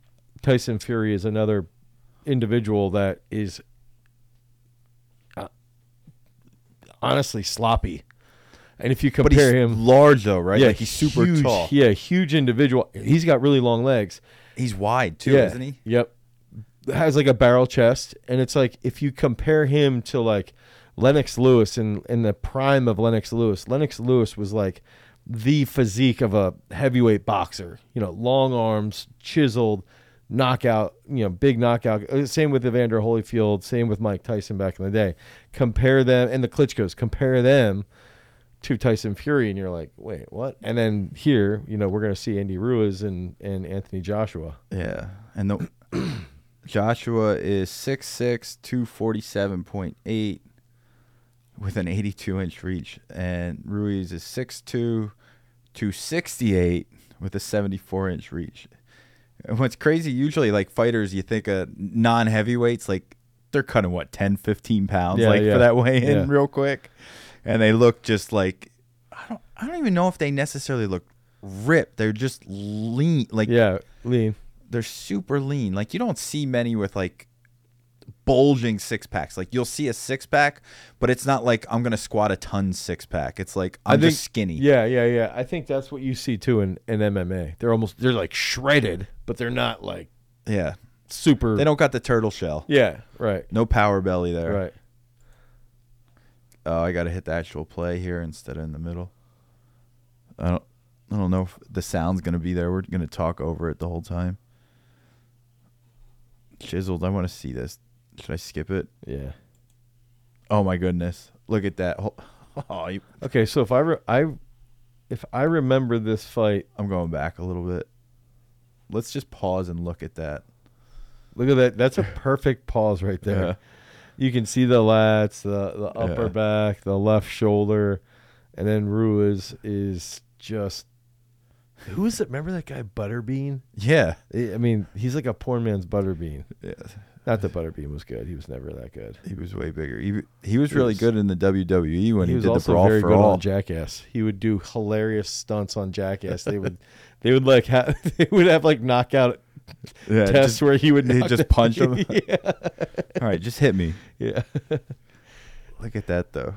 Speaker 1: Tyson Fury is another individual that is uh, honestly sloppy. And if you
Speaker 2: but he's
Speaker 1: compare him
Speaker 2: large though, right? like he's super
Speaker 1: huge-
Speaker 2: tall.
Speaker 1: Yeah, huge individual. He's got really long legs.
Speaker 2: He's wide too,
Speaker 1: yeah.
Speaker 2: isn't he?
Speaker 1: Yep. Has like a barrel chest, and it's like if you compare him to like Lennox Lewis in in the prime of Lennox Lewis, Lennox Lewis was like the physique of a heavyweight boxer. You know, long arms, chiseled, knockout. You know, big knockout. Uh, Same with Evander Holyfield. Same with Mike Tyson back in the day. Compare them and the Klitschko's. Compare them to Tyson Fury, and you're like, wait, what? And then here, you know, we're gonna see Andy Ruiz and and Anthony Joshua.
Speaker 2: Yeah, and the *clears throat* Joshua is 6'6", 247.8 with an eighty two inch reach, and Ruiz is 6'2", 268 with a seventy four inch reach. And what's crazy, usually like fighters, you think of non heavyweights like they're cutting what 10, 15 pounds
Speaker 1: Yeah,
Speaker 2: like
Speaker 1: yeah.
Speaker 2: for that weigh in
Speaker 1: Yeah.
Speaker 2: real quick, and they look just like I don't I don't even know if they necessarily look ripped. They're just lean, like
Speaker 1: Yeah, lean.
Speaker 2: they're super lean. Like you don't see many with like bulging six packs. Like you'll see a six pack, but it's not like I'm gonna squat a ton six pack. It's like I'm
Speaker 1: think-
Speaker 2: just skinny.
Speaker 1: Yeah, yeah, yeah. I think that's what you see too in, in MMA. They're almost they're like shredded, but they're not like
Speaker 2: Yeah.
Speaker 1: super.
Speaker 2: They don't got the turtle shell.
Speaker 1: Yeah, right,
Speaker 2: No power belly there.
Speaker 1: right.
Speaker 2: Oh, I gotta hit the actual play here instead of in the middle. I don't I don't know if the sound's gonna be there. We're gonna talk over it the whole time. Chiseled, I wanna see this. Should I skip it?
Speaker 1: Yeah.
Speaker 2: *laughs* Oh my goodness. Look at that. Oh, oh you-
Speaker 1: Okay, so if I re- I if I remember this fight,
Speaker 2: I'm going back a little bit. Let's just pause and look at that.
Speaker 1: look at that. That's a perfect pause right there.
Speaker 2: Yeah.
Speaker 1: You can see the lats, the, the upper
Speaker 2: Uh-huh. Yeah.
Speaker 1: back, the left shoulder, and then Ruiz is just. Who is it? Remember that guy Butterbean?
Speaker 2: Yeah.
Speaker 1: I I mean, he's like a poor man's Butterbean.
Speaker 2: Yeah.
Speaker 1: Not that Butterbean was good; he was never that good.
Speaker 2: He was way bigger. He he was
Speaker 1: He
Speaker 2: really
Speaker 1: was-
Speaker 2: good in the WWE when he,
Speaker 1: he was
Speaker 2: did the
Speaker 1: also
Speaker 2: brawl
Speaker 1: very
Speaker 2: for
Speaker 1: good
Speaker 2: all.
Speaker 1: on Jackass. He would do hilarious stunts on Jackass. They would, *laughs* they would like have, *laughs* they would have like knockout
Speaker 2: yeah,
Speaker 1: tests
Speaker 2: *laughs* just-
Speaker 1: where he would
Speaker 2: he'd
Speaker 1: knock
Speaker 2: just
Speaker 1: *laughs* the-
Speaker 2: punch him.
Speaker 1: yeah,
Speaker 2: *laughs* all right, just hit me.
Speaker 1: yeah.
Speaker 2: Look at that though.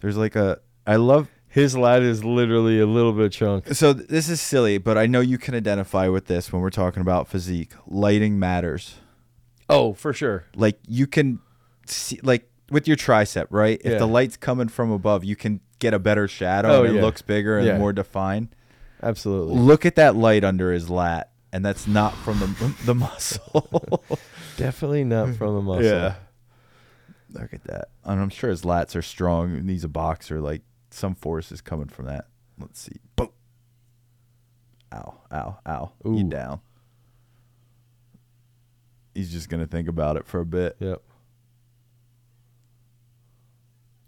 Speaker 2: There's like a I love
Speaker 1: His lat is literally a little bit chunk.
Speaker 2: so th- this is silly, but I know you can identify with this when we're talking about physique. Lighting matters.
Speaker 1: Oh, for sure.
Speaker 2: Like you can see like with your tricep, right? If
Speaker 1: Yeah.
Speaker 2: the light's coming from above, you can get a better shadow
Speaker 1: Oh,
Speaker 2: and it
Speaker 1: yeah.
Speaker 2: looks bigger and
Speaker 1: Yeah.
Speaker 2: more defined.
Speaker 1: Absolutely.
Speaker 2: Look at that light under his lat, and that's not from the *laughs* the *laughs* muscle.
Speaker 1: Definitely not from the *laughs* muscle.
Speaker 2: Look at that. And I'm sure his lats are strong and he's a boxer. Like some force is coming from that. Let's see. Boom. Ow, ow, ow. You
Speaker 1: Ooh.
Speaker 2: down. He's just gonna think about it for a bit.
Speaker 1: Yep.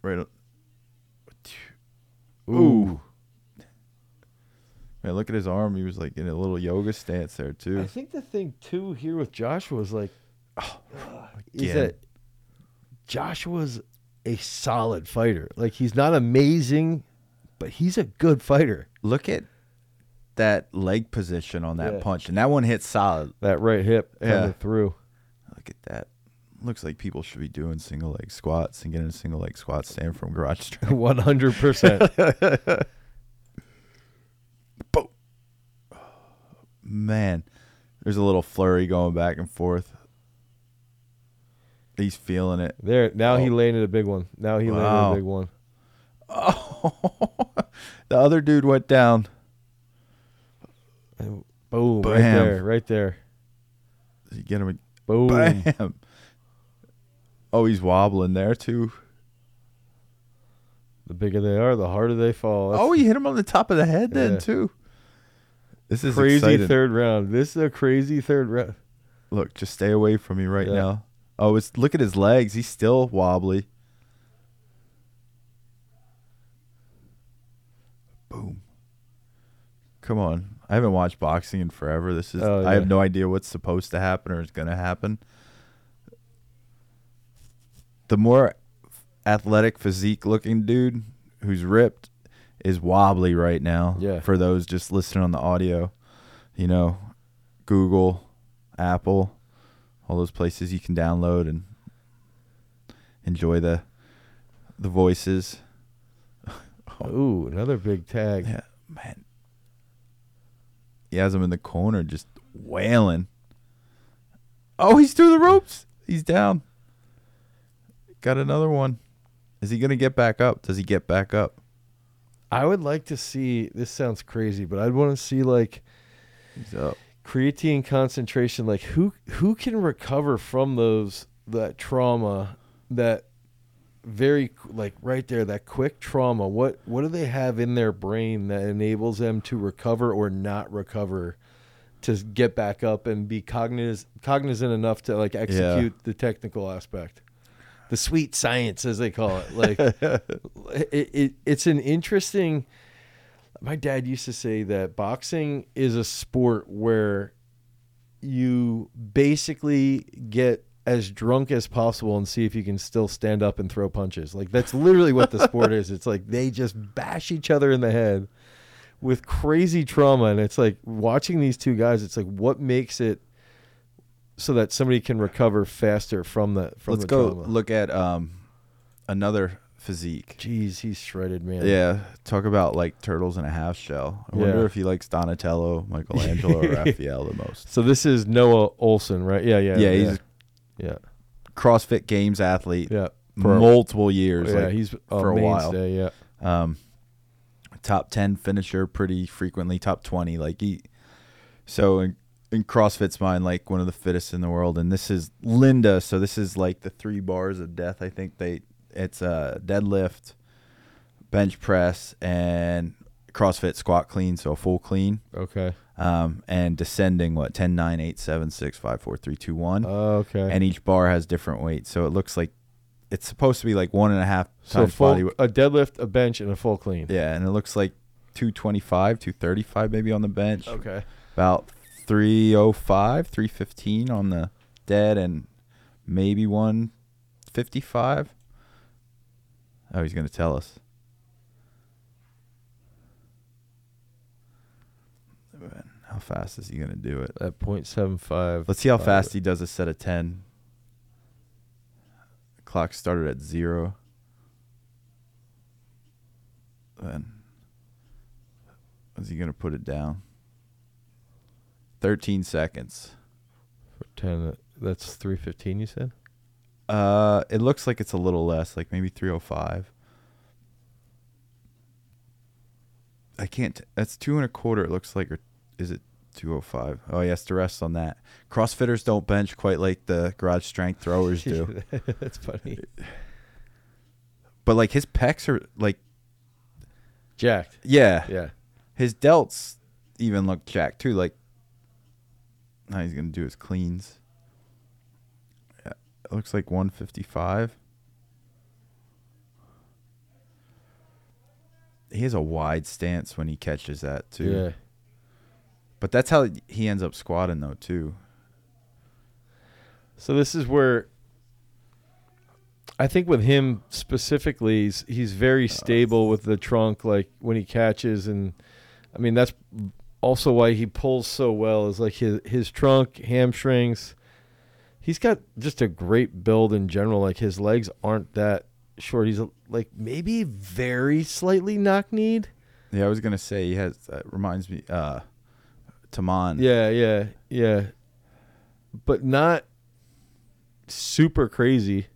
Speaker 2: Right. on-
Speaker 1: Ooh.
Speaker 2: Man, look at his arm. He was like in a little yoga stance there
Speaker 1: I
Speaker 2: too.
Speaker 1: think the thing too here with Joshua is like, *sighs* oh, is
Speaker 2: again.
Speaker 1: that Joshua's a solid fighter. Like he's not amazing, but he's a good fighter.
Speaker 2: Look at that leg position on that
Speaker 1: Yeah.
Speaker 2: punch, and that one hit solid.
Speaker 1: That right hip
Speaker 2: Yeah.
Speaker 1: coming through.
Speaker 2: Look at that. Looks like people should be doing single leg squats and getting a single leg squat stand from garage *laughs*
Speaker 1: *laughs*
Speaker 2: strength.
Speaker 1: One hundred
Speaker 2: *laughs*
Speaker 1: percent.
Speaker 2: Boom. Man, there's a little flurry going back and forth. He's feeling it.
Speaker 1: There now he
Speaker 2: Oh.
Speaker 1: landed a big one. Now he
Speaker 2: Wow.
Speaker 1: landed a big one.
Speaker 2: Oh, the other dude went down.
Speaker 1: And boom, right
Speaker 2: Bam.
Speaker 1: there, right there.
Speaker 2: Did you get him?
Speaker 1: Boom.
Speaker 2: Bam. Oh, he's wobbling there too.
Speaker 1: The bigger they are, the harder they fall. That's
Speaker 2: Oh, he hit him on the top of the head then
Speaker 1: Yeah.
Speaker 2: too. This is
Speaker 1: crazy
Speaker 2: exciting.
Speaker 1: third round. This is a crazy third round.
Speaker 2: Look, just stay away from me right
Speaker 1: Yeah.
Speaker 2: now. Oh, it's look at his legs. He's still wobbly. Boom. Come on. I haven't watched boxing in forever. This is
Speaker 1: Oh,
Speaker 2: I have
Speaker 1: yeah.
Speaker 2: no idea what's supposed to happen or is going to happen. The more athletic physique looking dude who's ripped is wobbly right now.
Speaker 1: Yeah.
Speaker 2: For those just listening on the audio, you know, Google, Apple, all those places you can download and enjoy the the voices.
Speaker 1: Ooh, another big tag.
Speaker 2: Oh. Yeah, man. He has him in the corner just wailing. Oh, he's through the ropes. He's down. Got another one. Is he going to get back up? Does he get back up?
Speaker 1: I would like to see. This sounds crazy, but I'd want to see like
Speaker 2: He's up.
Speaker 1: creatine concentration. Like who who can recover from those that trauma that very like right there that quick trauma. What what do they have in their brain that enables them to recover or not recover? To get back up and be cognizant cognizant enough to like execute the technical aspect, the sweet science as they call it. Like it, it, it's an interesting my dad used to say that boxing is a sport where you basically get as drunk as possible and see if you can still stand up and throw punches. Like that's literally what the sport is. It's like they just bash each other in the head with crazy trauma and it's like watching these two guys it's like what makes it so that somebody can recover faster from the from
Speaker 2: Let's
Speaker 1: the
Speaker 2: go
Speaker 1: trauma.
Speaker 2: look at um another physique.
Speaker 1: Jeez, he's shredded, man.
Speaker 2: Yeah, talk about like turtles in a half shell. I wonder
Speaker 1: Yeah.
Speaker 2: if he likes Donatello,
Speaker 1: *laughs*
Speaker 2: Michelangelo, or Raphael the most.
Speaker 1: So this is Noah Olson, right? Yeah, yeah,
Speaker 2: Yeah, he's
Speaker 1: yeah,
Speaker 2: CrossFit Games athlete
Speaker 1: yeah.
Speaker 2: for multiple years.
Speaker 1: yeah,
Speaker 2: like,
Speaker 1: he's a
Speaker 2: for a while.
Speaker 1: mainstay, Yeah,
Speaker 2: um, top ten finisher pretty frequently, top twenty. Like he, so in, in CrossFit's mind, like one of the fittest in the world. And this is Linda. So this is like the three bars of death. I think they it's uh, deadlift, bench press, and CrossFit squat clean, so a full clean,
Speaker 1: Okay.
Speaker 2: um, and descending what 10, 9, 8, 7, 6, 5, 4, 3, 2, 1.
Speaker 1: Okay.
Speaker 2: Mm-hmm. and each bar has different weights, so it looks like it's supposed to be like one and a half
Speaker 1: so
Speaker 2: times
Speaker 1: full,
Speaker 2: body weight.
Speaker 1: a deadlift, a bench, and a full clean.
Speaker 2: Yeah, and it looks like 225, 235 maybe on the bench.
Speaker 1: Okay.
Speaker 2: About 305, 315 on the dead and maybe 155. Oh, he's going to tell us. How fast is he going to do it?
Speaker 1: At 0.75.
Speaker 2: Let's see how
Speaker 1: Five.
Speaker 2: fast he does a set of 10. Clock started at zero. Then, is he going to put it down? 13 seconds.
Speaker 1: For 10. That's 315, you said?
Speaker 2: Uh, it looks like it's a little less, like maybe 305. I can't. That's two and a quarter. It looks like, or is it 205? Oh, yes, to rest on that. Crossfitters don't bench quite like the garage
Speaker 1: *laughs*
Speaker 2: strength throwers do.
Speaker 1: *laughs* that's
Speaker 2: *laughs*
Speaker 1: funny.
Speaker 2: but like his pecs are like
Speaker 1: Jacked.
Speaker 2: yeah,
Speaker 1: Yeah.
Speaker 2: his delts even look jacked too like now he's gonna do his cleans Yeah, it looks like 155 he has a wide stance when he catches that too
Speaker 1: Yeah.
Speaker 2: but that's how he ends up squatting though too
Speaker 1: So this is where I think with him specifically, he's, he's very stable with the trunk. Like when he catches, and I mean that's also why he pulls so well. Is like his his trunk, hamstrings. He's got just a great build in general. Like his legs aren't that short. He's like maybe very slightly knock kneed.
Speaker 2: yeah i was gonna say he has that reminds me uh taman
Speaker 1: Yeah, yeah, yeah. But not super crazy.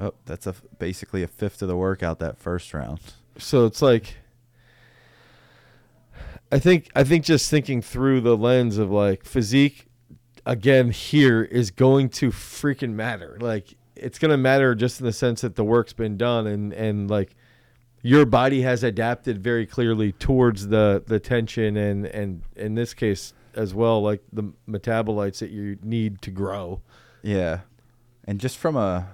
Speaker 2: oh that's a f- basically a fifth of the workout that first round
Speaker 1: so it's like I think I think just thinking through the lens of like physique again here is going to freaking matter. Like it's going to matter just in the sense that the work's been done and and like your body has adapted very clearly towards the the tension and and in this case as well like the metabolites that you need to grow.
Speaker 2: Yeah. And just from a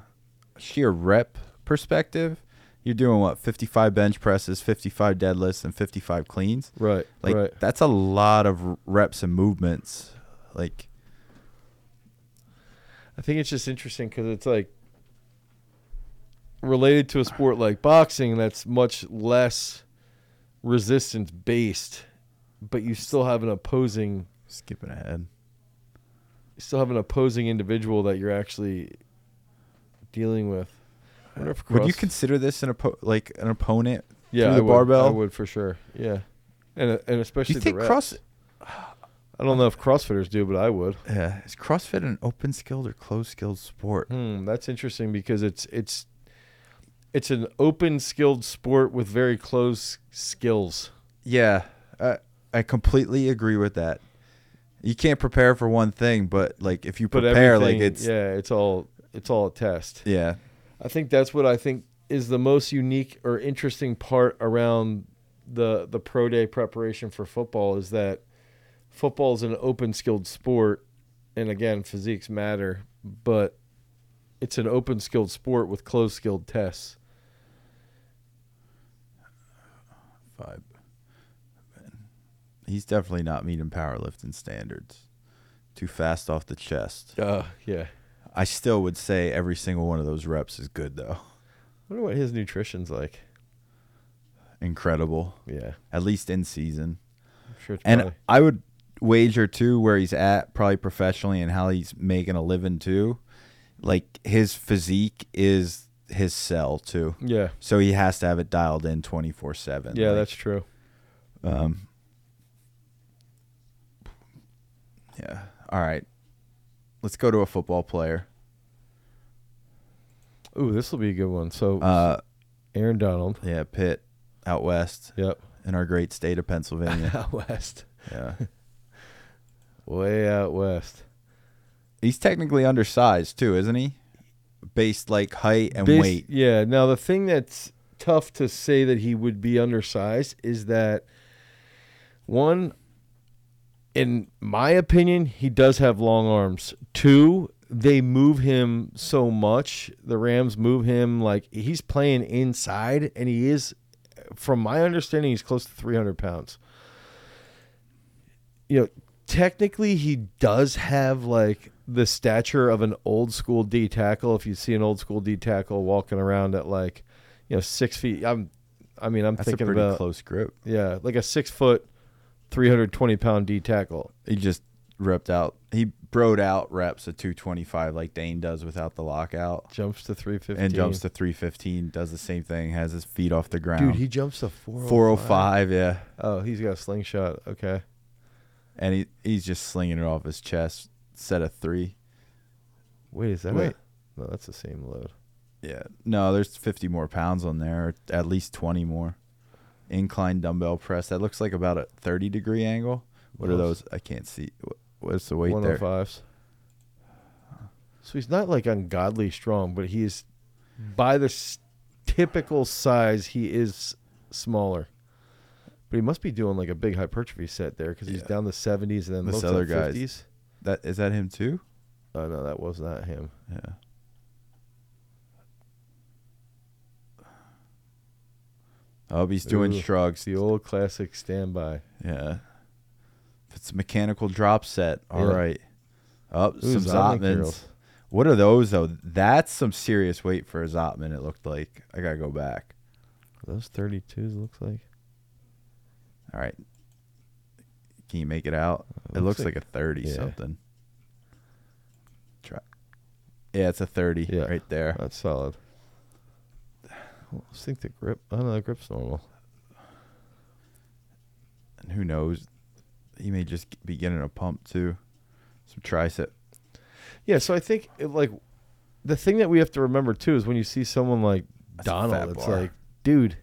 Speaker 2: sheer rep perspective, you're doing what? 55 bench presses, 55 deadlifts, and 55 cleans.
Speaker 1: Right.
Speaker 2: Like
Speaker 1: right.
Speaker 2: that's a lot of r- reps and movements. Like
Speaker 1: I think it's just interesting because it's like related to a sport like boxing that's much less resistance based, but you still have an opposing,
Speaker 2: skipping ahead.
Speaker 1: you still have an opposing individual that you're actually dealing with. I wonder if
Speaker 2: Would you
Speaker 1: cross-
Speaker 2: consider this an oppo- like an opponent?
Speaker 1: yeah,
Speaker 2: through
Speaker 1: I
Speaker 2: the
Speaker 1: would,
Speaker 2: barbell?
Speaker 1: I would for sure. Yeah, and and
Speaker 2: Do
Speaker 1: especially
Speaker 2: you
Speaker 1: the
Speaker 2: think
Speaker 1: reps.
Speaker 2: cross
Speaker 1: I don't know if CrossFitters do, but I would.
Speaker 2: yeah, is CrossFit an open skilled or closed skilled sport?
Speaker 1: Hmm, that's interesting because it's it's it's an open skilled sport with very close skills.
Speaker 2: Yeah, I I completely agree with that. You can't prepare for one thing, but like if you
Speaker 1: but
Speaker 2: prepare, like
Speaker 1: everything-
Speaker 2: it's
Speaker 1: yeah, it's all it's all a test.
Speaker 2: yeah.
Speaker 1: I think that's what I think is the most unique or interesting part around the the pro day preparation for football is that football is an open skilled sport, and again, physiques matter, but it's an open skilled sport with closed skilled tests.
Speaker 2: vibe. He's definitely not meeting powerlifting standards. Too fast off the chest.
Speaker 1: Uh, yeah.
Speaker 2: I still would say every single one of those reps is good though.
Speaker 1: I
Speaker 2: *laughs*
Speaker 1: wonder what his nutrition's like.
Speaker 2: Incredible.
Speaker 1: Yeah,
Speaker 2: At least in season.
Speaker 1: I'm sure. It's
Speaker 2: And
Speaker 1: probably-
Speaker 2: I would wager too where he's at probably professionally and how he's making a living too. Like his physique is his sell too.
Speaker 1: yeah,
Speaker 2: So he has to have it dialed in 24/7.
Speaker 1: yeah,
Speaker 2: Like,
Speaker 1: that's true.
Speaker 2: Um, yeah. All right. Let's go to a football player.
Speaker 1: Ooh, this will be a good one. So
Speaker 2: Uh,
Speaker 1: Aaron Donald.
Speaker 2: yeah, Pitt out west
Speaker 1: Yep.
Speaker 2: in our great state of Pennsylvania.
Speaker 1: *laughs* Out west.
Speaker 2: yeah.
Speaker 1: Way out west.
Speaker 2: He's technically undersized too, isn't he? Based like height and
Speaker 1: Bas-
Speaker 2: weight.
Speaker 1: Yeah. Now the thing that's tough to say that he would be undersized is that one, in my opinion, he does have long arms. Two, they move him so much. The Rams move him like he's playing inside, and he is, from my understanding, he's close to 300 pounds. You know, technically, he does have like the stature of an old school D tackle. If you see an old school D tackle walking around at like, you know, six feet, I'm, I mean, I'm
Speaker 2: That's a
Speaker 1: thinking
Speaker 2: pretty
Speaker 1: about
Speaker 2: close grip.
Speaker 1: yeah, like a six foot, 320 pound D tackle.
Speaker 2: He just ripped out. He broed out reps at 225 like Dane does without the lockout.
Speaker 1: Jumps to 315.
Speaker 2: And jumps to 315, does the same thing, has his feet off the ground.
Speaker 1: Dude, he jumps to 405.
Speaker 2: 405, yeah.
Speaker 1: Oh, he's got a slingshot. Okay.
Speaker 2: And he, he's just slinging it off his chest, set of three.
Speaker 1: Wait, is that
Speaker 2: Wait.
Speaker 1: it? No, that's the same load.
Speaker 2: Yeah. No, there's 50 more pounds on there, or at least 20 more. Incline dumbbell press. That looks like about a 30 degree angle. What are
Speaker 1: Well,
Speaker 2: those? I can't see. Wh- What's the weight there?
Speaker 1: 105s. So he's not like ungodly strong, but he is by the s- typical size, he is smaller. But he must be doing like a big hypertrophy set there because he's
Speaker 2: Yeah.
Speaker 1: down the 70s and then
Speaker 2: This
Speaker 1: looks
Speaker 2: other
Speaker 1: like
Speaker 2: guy's-
Speaker 1: 50s.
Speaker 2: That is that him too?
Speaker 1: Oh, no, that was not him.
Speaker 2: Yeah. Oh, he's doing
Speaker 1: Ooh. It's
Speaker 2: shrugs.
Speaker 1: the old classic standby.
Speaker 2: Yeah. It's a mechanical drop set. All
Speaker 1: Yeah.
Speaker 2: right. Up
Speaker 1: Ooh,
Speaker 2: some
Speaker 1: Zottman
Speaker 2: Zotmans.
Speaker 1: curls.
Speaker 2: What are those though? That's some serious weight for a Zotman. It looked like I gotta go back.
Speaker 1: Those 32s looks like.
Speaker 2: All right. Can you make it out? It looks, like, a 30
Speaker 1: yeah.
Speaker 2: something. Try. Yeah, it's a 30
Speaker 1: Yeah. Uh,
Speaker 2: right there.
Speaker 1: That's solid. I just think the grip. I don't know. The grip's normal.
Speaker 2: And who knows? He may just be getting a pump too. Some tricep.
Speaker 1: Yeah. So I think it, like the thing that we have to remember too is when you see someone like
Speaker 2: That's a fat
Speaker 1: Donald, it's
Speaker 2: bar.
Speaker 1: like, dude.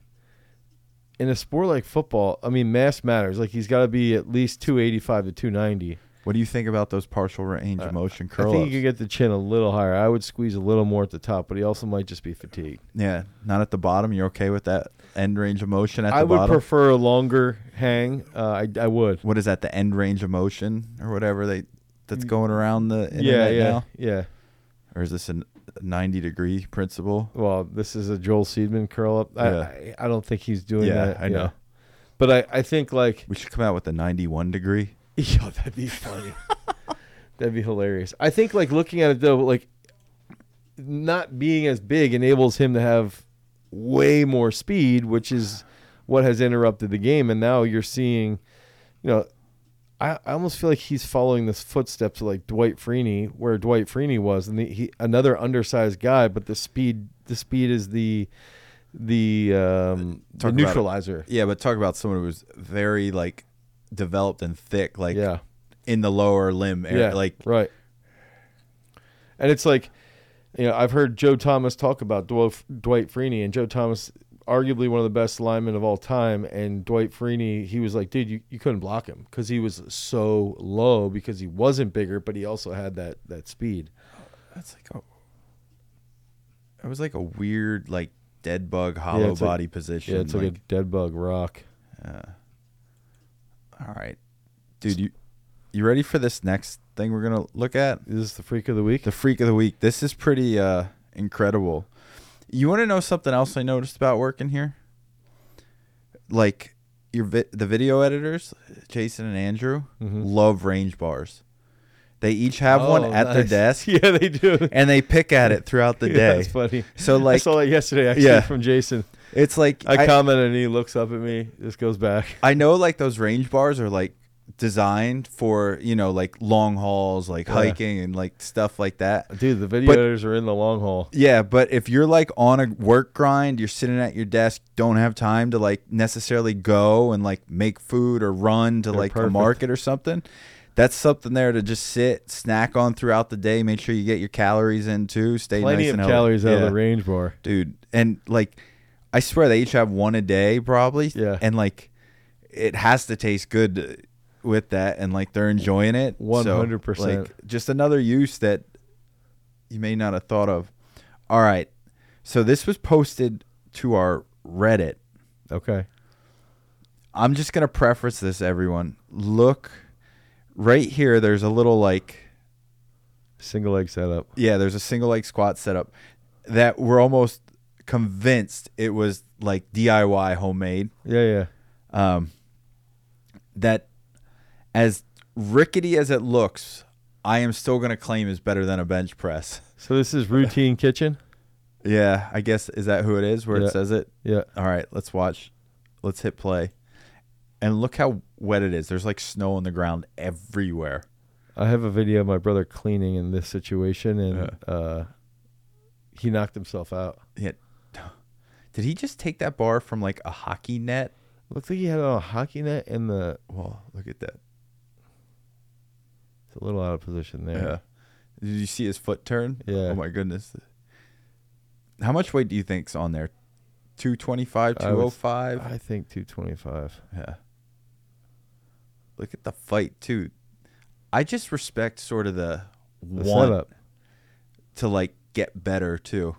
Speaker 1: In a sport like football, I mean, mass matters. Like he's got to be at least two eighty five to two ninety.
Speaker 2: What do you think about those partial range
Speaker 1: Uh,
Speaker 2: of motion
Speaker 1: I
Speaker 2: curl
Speaker 1: think
Speaker 2: ups?
Speaker 1: you could get the chin a little higher. I would squeeze a little more at the top, but he also might just be fatigued.
Speaker 2: yeah, not at the bottom. You're okay with that end range of motion at
Speaker 1: I
Speaker 2: the
Speaker 1: would
Speaker 2: bottom?
Speaker 1: prefer a longer hang. Uh, I I would.
Speaker 2: what is that? The end range of motion or whatever they that's going around the
Speaker 1: Mm. yeah,
Speaker 2: internet
Speaker 1: yeah,
Speaker 2: now?
Speaker 1: yeah.
Speaker 2: Or is this a n- 90 degree principle?
Speaker 1: well, this is a Joel Seedman curl up. I,
Speaker 2: Yeah.
Speaker 1: I, I don't think he's doing
Speaker 2: Yeah,
Speaker 1: that.
Speaker 2: I know.
Speaker 1: But I, I think like
Speaker 2: We should come out with a 91 degree.
Speaker 1: *laughs* yo, that'd be funny. that'd be hilarious. I think like looking at it though, like not being as big enables him to have way more speed, which is what has interrupted the game. And now you're seeing, you know, I, I almost feel like he's following this footsteps of like Dwight Freeney, where Dwight Freeney was, and the, he another undersized guy, but the speed the speed is the the um
Speaker 2: Talk
Speaker 1: the
Speaker 2: about it.
Speaker 1: neutralizer.
Speaker 2: Yeah, but talk about someone who was very like developed and thick, like
Speaker 1: yeah.
Speaker 2: in the lower limb area. Like
Speaker 1: right. And it's like, you know, I've heard Joe Thomas talk about Dw- Dwight Freeney, and Joe Thomas, arguably one of the best linemen of all time, and Dwight Freeney, he was like, dude, you, you couldn't block him because he was so low because he wasn't bigger, but he also had that that speed.
Speaker 2: that's like a. It was like a weird like dead bug hollow
Speaker 1: it's like-
Speaker 2: body position.
Speaker 1: Yeah, it's like,
Speaker 2: like-
Speaker 1: a dead bug rock.
Speaker 2: all right, dude. You you ready for this next thing we're gonna look at?
Speaker 1: Is this the freak of the week?
Speaker 2: The freak of the week. This is pretty uh incredible. You want to know something else I noticed about working here? Like your vi- the video editors, Jason and Andrew,
Speaker 1: Mhm.
Speaker 2: love range bars. They each have one
Speaker 1: Oh,
Speaker 2: at their
Speaker 1: nice. *laughs*
Speaker 2: desk
Speaker 1: Yeah, they do.
Speaker 2: and they pick *laughs* at it throughout the
Speaker 1: Yeah,
Speaker 2: day.
Speaker 1: that's funny. *laughs*
Speaker 2: so
Speaker 1: I
Speaker 2: like
Speaker 1: saw that yesterday actually
Speaker 2: Yeah.
Speaker 1: from Jason.
Speaker 2: it's like
Speaker 1: I,
Speaker 2: I, I,
Speaker 1: commented and he looks up at me. This goes back.
Speaker 2: know like those range bars are like designed for, you know, like long hauls, like
Speaker 1: Yeah.
Speaker 2: hiking and like stuff like that.
Speaker 1: Dude, the video
Speaker 2: But-
Speaker 1: editors are in the long haul.
Speaker 2: Yeah, but if you're like on a work grind, you're sitting at your desk, don't have time to like necessarily go and like make food or run to
Speaker 1: They're
Speaker 2: like a
Speaker 1: perfect.
Speaker 2: market or something. That's something there to just sit, snack on throughout the day. Make sure you get your calories in too. Stay
Speaker 1: plenty
Speaker 2: nice
Speaker 1: of
Speaker 2: and healthy.
Speaker 1: calories out of
Speaker 2: Yeah.
Speaker 1: the range bar.
Speaker 2: dude. And like, I swear they each have one a day probably.
Speaker 1: Yeah.
Speaker 2: and like, it has to taste good with that, and like they're enjoying it. So,
Speaker 1: 100%.
Speaker 2: Like, just another use that you may not have thought of. All right, so this was posted to our Reddit.
Speaker 1: Okay.
Speaker 2: I'm just gonna preface this, everyone. Look right here. There's a little like
Speaker 1: Single leg setup.
Speaker 2: yeah. There's a single leg squat setup that we're almost convinced it was like DIY homemade.
Speaker 1: Yeah, yeah.
Speaker 2: um, that as rickety as it looks, I am still going to claim is better than a bench press. *laughs*
Speaker 1: So this is routine kitchen.
Speaker 2: Yeah, I guess is that who it is where
Speaker 1: Yeah.
Speaker 2: it says it.
Speaker 1: Yeah.
Speaker 2: All right, let's watch. Let's hit play. And look how wet it is. There's like snow on the ground everywhere.
Speaker 1: I have a video of my brother cleaning in this situation, and uh, he knocked himself out.
Speaker 2: Yeah. Did he just take that bar from like a hockey net?
Speaker 1: Looks like he had it on a hockey net in the.
Speaker 2: Well, look at that.
Speaker 1: It's a little out of position
Speaker 2: Yeah.
Speaker 1: there.
Speaker 2: Did you see his foot turn?
Speaker 1: Yeah.
Speaker 2: Oh my goodness. How much weight do you think's on there? 225,
Speaker 1: I would-
Speaker 2: 205?
Speaker 1: I think 225.
Speaker 2: Yeah. Look at the fight too. I just respect sort of the,
Speaker 1: The
Speaker 2: want
Speaker 1: setup.
Speaker 2: to like get better too.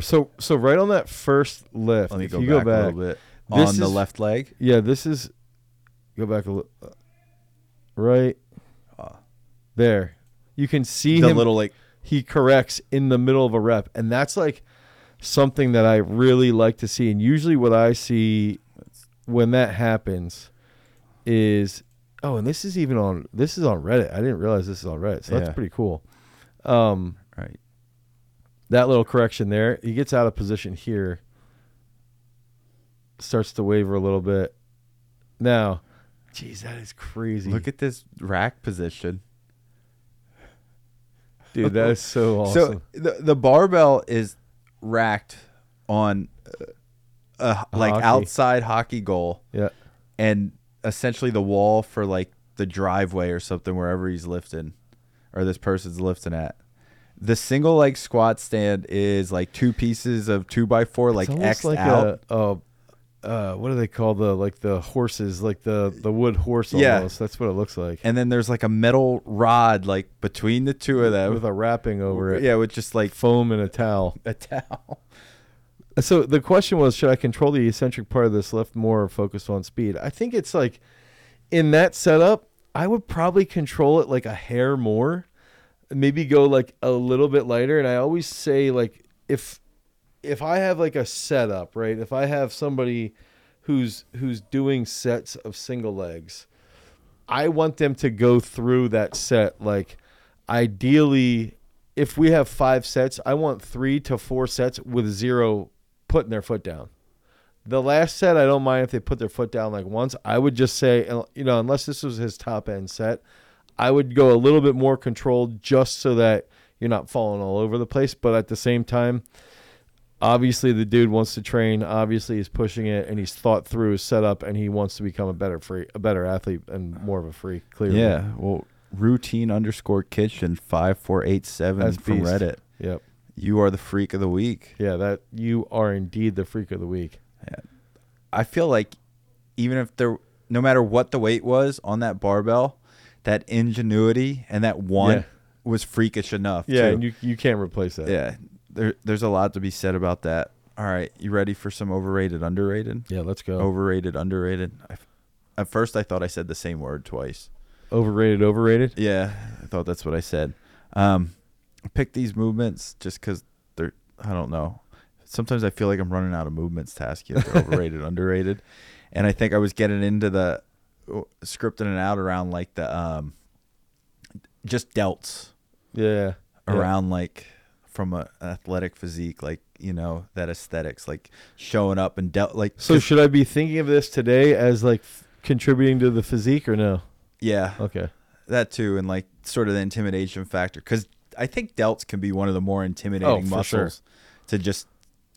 Speaker 1: So so right on that first lift,
Speaker 2: Let me
Speaker 1: if
Speaker 2: go
Speaker 1: you
Speaker 2: back,
Speaker 1: go back,
Speaker 2: a little bit.
Speaker 1: This
Speaker 2: On the
Speaker 1: is-
Speaker 2: left leg.
Speaker 1: yeah, this is go back a little right
Speaker 2: Ah.
Speaker 1: there. You can see
Speaker 2: The
Speaker 1: him.
Speaker 2: little like
Speaker 1: he corrects in the middle of a rep, and that's like something that I really like to see. And usually, what I see when that happens is oh, and this is even on this is on Reddit. I didn't realize this is on Reddit, so
Speaker 2: Yeah.
Speaker 1: that's pretty cool. Um,
Speaker 2: right.
Speaker 1: that little correction there. He gets out of position here. Starts to waver a little bit. Now, geez, that is crazy.
Speaker 2: Look at this rack position.
Speaker 1: dude, that is *laughs* so awesome.
Speaker 2: So the the barbell is racked on uh, a, like
Speaker 1: hockey.
Speaker 2: outside hockey goal
Speaker 1: yeah,
Speaker 2: and essentially the wall for like the driveway or something wherever he's lifting or this person's lifting at. The single leg squat stand is like two pieces of two by four, like
Speaker 1: it's almost
Speaker 2: X
Speaker 1: like
Speaker 2: out.
Speaker 1: a. a uh, what do they call the like the horses like the the wood horse almost?
Speaker 2: Yeah.
Speaker 1: That's what it looks like
Speaker 2: and then there's like a metal rod like between the two of them.
Speaker 1: with a wrapping over it,
Speaker 2: *laughs* Yeah, with just like
Speaker 1: foam and a towel.
Speaker 2: a towel.
Speaker 1: So the question was, should I control the eccentric part of this lift more or focus on speed? I think it's like in that setup, I would probably control it like a hair more, maybe go like a little bit lighter. And I always say like if if I have like a setup, right? If I have somebody who's who's doing sets of single legs, I want them to go through that set like ideally if we have 5 sets, I want 3 to 4 sets with zero putting their foot down. The last set I don't mind if they put their foot down like once. I would just say uh, you know unless this was his top end set, I would go a little bit more controlled just so that you're not falling all over the place, but at the same time obviously the dude wants to train. Obviously he's pushing it and he's thought through his setup and he wants to become a better free, a better athlete and more of a freak. Clearly,
Speaker 2: Yeah, well, routine underscore kitchen five four eight seven
Speaker 1: That's
Speaker 2: from
Speaker 1: beast.
Speaker 2: Reddit.
Speaker 1: yep,
Speaker 2: You are the freak of the week.
Speaker 1: yeah. That you are indeed the freak of the week.
Speaker 2: I feel like even if there, no matter what the weight was on that barbell, that ingenuity and that one
Speaker 1: Yeah.
Speaker 2: was freakish enough.
Speaker 1: Yeah,
Speaker 2: too.
Speaker 1: and you you can't replace that.
Speaker 2: yeah. There, there's a lot to be said about that. All right, you ready for some overrated, underrated?
Speaker 1: yeah. Let's go.
Speaker 2: Overrated, underrated. I, at first, I thought I said the same word twice.
Speaker 1: Overrated, overrated.
Speaker 2: Yeah, I thought that's what I said. Um, I picked these movements just because they're. I don't know. Sometimes I feel like I'm running out of movements. Task you know,
Speaker 1: *laughs*
Speaker 2: they're overrated, underrated, and I think I was getting into the oh, scripting it out around like the um, just delts
Speaker 1: Yeah. yeah.
Speaker 2: around like from a athletic physique, like you know that aesthetics, like showing up and delt like
Speaker 1: So should I be thinking of this today as like f- contributing to the physique or no?
Speaker 2: yeah,
Speaker 1: Okay.
Speaker 2: that too, and like sort of the intimidation factor. Because I think delts can be one of the more
Speaker 1: Oh,
Speaker 2: intimidating
Speaker 1: for
Speaker 2: muscles to just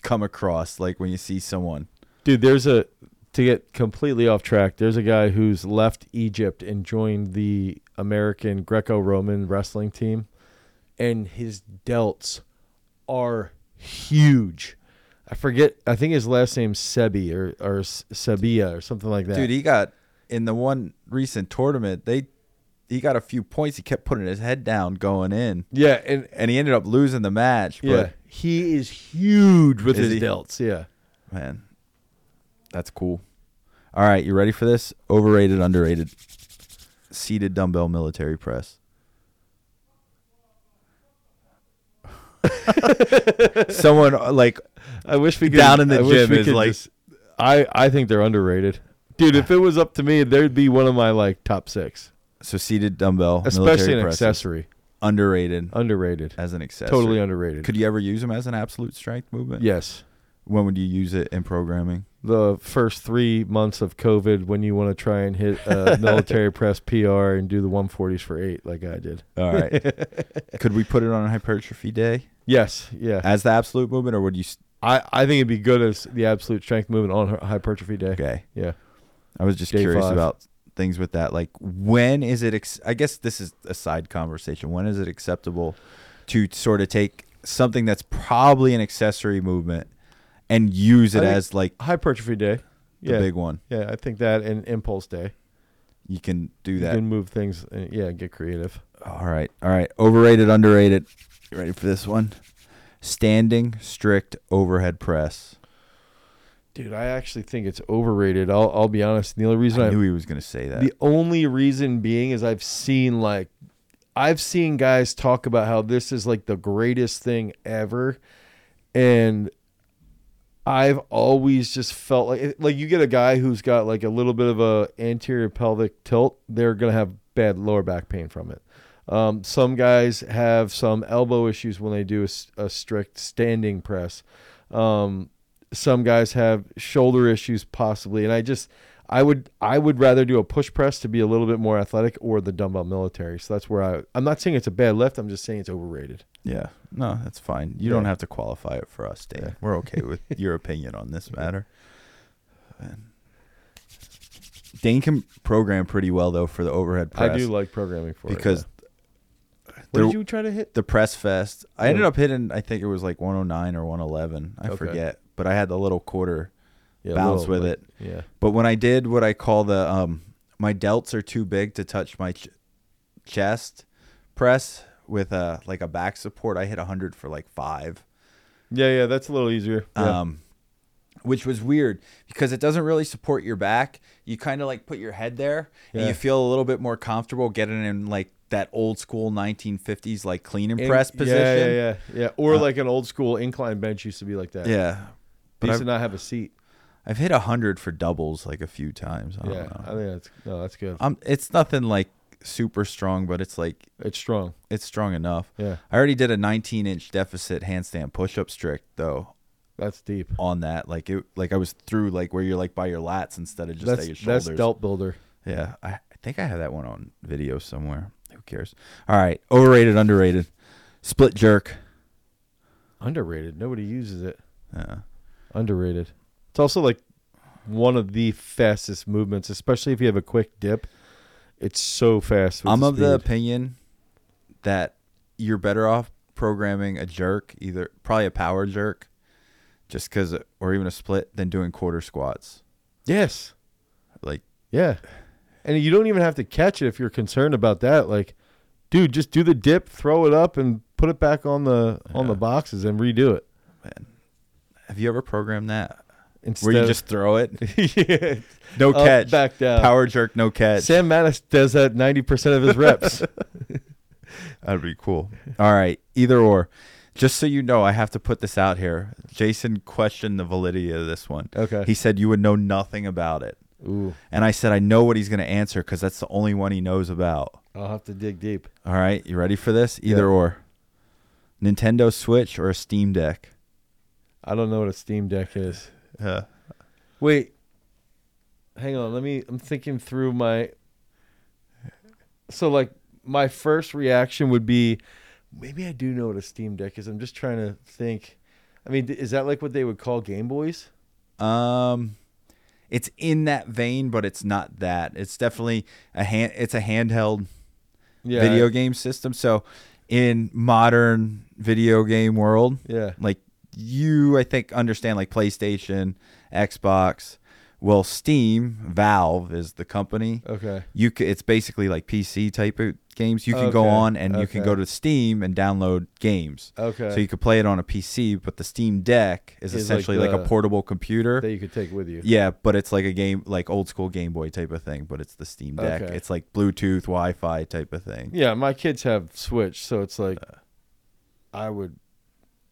Speaker 2: come across, like when you see someone.
Speaker 1: Dude, there's a to get completely off track. There's a guy who's left Egypt and joined the American Greco-Roman wrestling team, and his delts are huge. I forget. I think his last name's Sebi or or S- Sabia or something like that.
Speaker 2: Dude, he got in the one recent tournament. They he got a few points. He kept putting his head down going in,
Speaker 1: yeah, and
Speaker 2: and he ended up losing the match. But
Speaker 1: yeah, he is huge with
Speaker 2: Is
Speaker 1: his
Speaker 2: he?
Speaker 1: delts. Yeah,
Speaker 2: man, That's cool. All right, you ready for this? Overrated, underrated. Seated dumbbell military press. *laughs* Someone uh, like
Speaker 1: I wish we could
Speaker 2: Down in the
Speaker 1: I wish
Speaker 2: gym
Speaker 1: we
Speaker 2: is
Speaker 1: could
Speaker 2: like-
Speaker 1: just- I I think they're underrated, dude. If it was up to me, there'd be one of my like top six,
Speaker 2: so seated dumbbell
Speaker 1: especially
Speaker 2: military
Speaker 1: an
Speaker 2: press is
Speaker 1: accessory.
Speaker 2: underrated
Speaker 1: Underrated,
Speaker 2: as an accessory.
Speaker 1: totally underrated.
Speaker 2: Could you ever use them as an absolute strength movement?
Speaker 1: yes,
Speaker 2: When would you use it
Speaker 1: *laughs*
Speaker 2: in programming?
Speaker 1: the first three months of COVID when you want to try and hit
Speaker 2: *laughs*
Speaker 1: a military press PR and do the 140s for eight, like I did.
Speaker 2: All right. Could we put it on a hypertrophy day
Speaker 1: Yes, yeah.
Speaker 2: as the absolute movement, or would you? s-
Speaker 1: I, I think it'd be good as the absolute strength movement on hy- hypertrophy day.
Speaker 2: Okay.
Speaker 1: Yeah.
Speaker 2: I was just
Speaker 1: Day
Speaker 2: curious
Speaker 1: five.
Speaker 2: about things with that. Like, when is it? Ex- I guess this is a side conversation. When is it acceptable to sort of take something that's probably an accessory movement and use it
Speaker 1: I think-
Speaker 2: as like
Speaker 1: Hypertrophy day.
Speaker 2: the
Speaker 1: Yeah.
Speaker 2: big one?
Speaker 1: Yeah, I think that and impulse day.
Speaker 2: You can do
Speaker 1: You
Speaker 2: that.
Speaker 1: can move things. And, yeah, get creative.
Speaker 2: All right. All right. Overrated, underrated. You ready for this one? Standing strict overhead press.
Speaker 1: Dude, I actually think it's overrated. I'll, I'll be honest. The only reason
Speaker 2: I
Speaker 1: I,
Speaker 2: knew he was going to say that.
Speaker 1: The only reason being is I've seen like I've seen guys talk about how this is like the greatest thing ever and I've always just felt like like you get a guy who's got like a little bit of a anterior pelvic tilt, they're going to have bad lower back pain from it. Um, some guys have some elbow issues when they do a, s- a strict standing press. Um, some guys have shoulder issues possibly, and I just I would I would rather do a push press to be a little bit more athletic or the dumbbell military. So that's where I I'm not saying it's a bad lift. I'm just saying it's overrated.
Speaker 2: Yeah. No, that's fine. You
Speaker 1: Yeah.
Speaker 2: don't have to qualify it for us, Dan.
Speaker 1: Yeah.
Speaker 2: We're
Speaker 1: *laughs*
Speaker 2: okay with your opinion on this matter. Man. Dane can program pretty well though for the overhead press.
Speaker 1: I do like programming for
Speaker 2: because
Speaker 1: it because what did
Speaker 2: there-
Speaker 1: you try to hit?
Speaker 2: the press fest. I
Speaker 1: Yeah.
Speaker 2: ended up hitting I think it was like 109 or 111. I
Speaker 1: Okay.
Speaker 2: forget, but I had the little quarter
Speaker 1: Yeah,
Speaker 2: bounce
Speaker 1: little,
Speaker 2: with
Speaker 1: like-
Speaker 2: it.
Speaker 1: Yeah.
Speaker 2: But when I did what I call the um my delts are too big to touch my ch- chest press with a like a back support, I hit 100 for like 5.
Speaker 1: Yeah, yeah, that's a little easier. Yeah.
Speaker 2: um, which was weird because it doesn't really support your back. You kind of like put your head there and
Speaker 1: Yeah.
Speaker 2: you feel a little bit more comfortable getting in like that old school 1950s like clean and press
Speaker 1: In-
Speaker 2: position.
Speaker 1: Yeah, yeah, yeah. yeah. Or
Speaker 2: Uh,
Speaker 1: like an old school incline bench used to be like that.
Speaker 2: Yeah.
Speaker 1: They
Speaker 2: But
Speaker 1: used to
Speaker 2: I've,
Speaker 1: not have a seat.
Speaker 2: I've hit 100 for doubles like a few times. I don't
Speaker 1: Yeah. I
Speaker 2: know.
Speaker 1: think that's no, that's good.
Speaker 2: Um, it's nothing like super strong, but it's like
Speaker 1: It's strong.
Speaker 2: it's strong enough.
Speaker 1: Yeah.
Speaker 2: I already did a 19 inch deficit handstand push up strict though
Speaker 1: That's deep.
Speaker 2: on that. Like it, like I was through like where you're like by your lats instead of just at your
Speaker 1: That's
Speaker 2: shoulders.
Speaker 1: that's delt builder.
Speaker 2: Yeah, I, I think I have that one on video somewhere. Who cares? All right, overrated, underrated, split jerk.
Speaker 1: Underrated. Nobody uses it.
Speaker 2: Yeah.
Speaker 1: Underrated. It's also like one of the fastest movements, especially if you have a quick dip. It's so fast. with
Speaker 2: I'm of the
Speaker 1: speed.
Speaker 2: opinion that you're better off programming a jerk, either probably a power jerk, just because, or even a split, than doing quarter squats.
Speaker 1: yes.
Speaker 2: Like,
Speaker 1: Yeah. And you don't even have to catch it if you're concerned about that. Like, dude, just do the dip, throw it up, and put it back on the on the
Speaker 2: Yeah.
Speaker 1: boxes and redo it.
Speaker 2: have you ever programmed that
Speaker 1: Instead
Speaker 2: where you
Speaker 1: of-
Speaker 2: just throw it,
Speaker 1: *laughs*
Speaker 2: Oh,
Speaker 1: yeah,
Speaker 2: *laughs* no
Speaker 1: up,
Speaker 2: catch,
Speaker 1: back down.
Speaker 2: power jerk, no catch?
Speaker 1: Sam Mattis does that ninety percent of his
Speaker 2: *laughs*
Speaker 1: reps.
Speaker 2: That'd be cool. *laughs* All right. Either or. Just so you know, I have to put this out here. Jason questioned the validity of this one.
Speaker 1: Okay.
Speaker 2: He said you would know nothing about it.
Speaker 1: Ooh,
Speaker 2: And I said, I know what he's going to answer because that's the only one he knows about.
Speaker 1: I'll have to dig deep.
Speaker 2: All right. You ready for this? Either
Speaker 1: Yeah.
Speaker 2: or. Nintendo Switch or a Steam Deck?
Speaker 1: I don't know what a Steam Deck is.
Speaker 2: Uh,
Speaker 1: Wait, hang on. Let me. I'm thinking through my. So like my first reaction would be, maybe I do know what a Steam Deck is. I'm just trying to think. I mean, is that like what they would call Game Boys?
Speaker 2: um, it's in that vein, but it's not that. It's definitely a hand. It's a handheld
Speaker 1: Yeah.
Speaker 2: video game system. So, in modern video game world,
Speaker 1: Yeah.
Speaker 2: like you i think understand like playstation xbox well steam valve is the company
Speaker 1: Okay.
Speaker 2: you c- it's basically like pc type of games. You can go
Speaker 1: Okay,
Speaker 2: on and you can
Speaker 1: okay.
Speaker 2: go to Steam and download games.
Speaker 1: Okay.
Speaker 2: So you could play it on a PC, but the Steam Deck is
Speaker 1: Is like
Speaker 2: essentially like,
Speaker 1: the-
Speaker 2: a portable computer.
Speaker 1: that you could take with you.
Speaker 2: yeah, but it's like a game, like old school Game Boy type of thing, but it's the Steam Deck.
Speaker 1: Okay.
Speaker 2: It's like Bluetooth, Wi Fi type of thing.
Speaker 1: Yeah, my kids have Switch, so it's like I would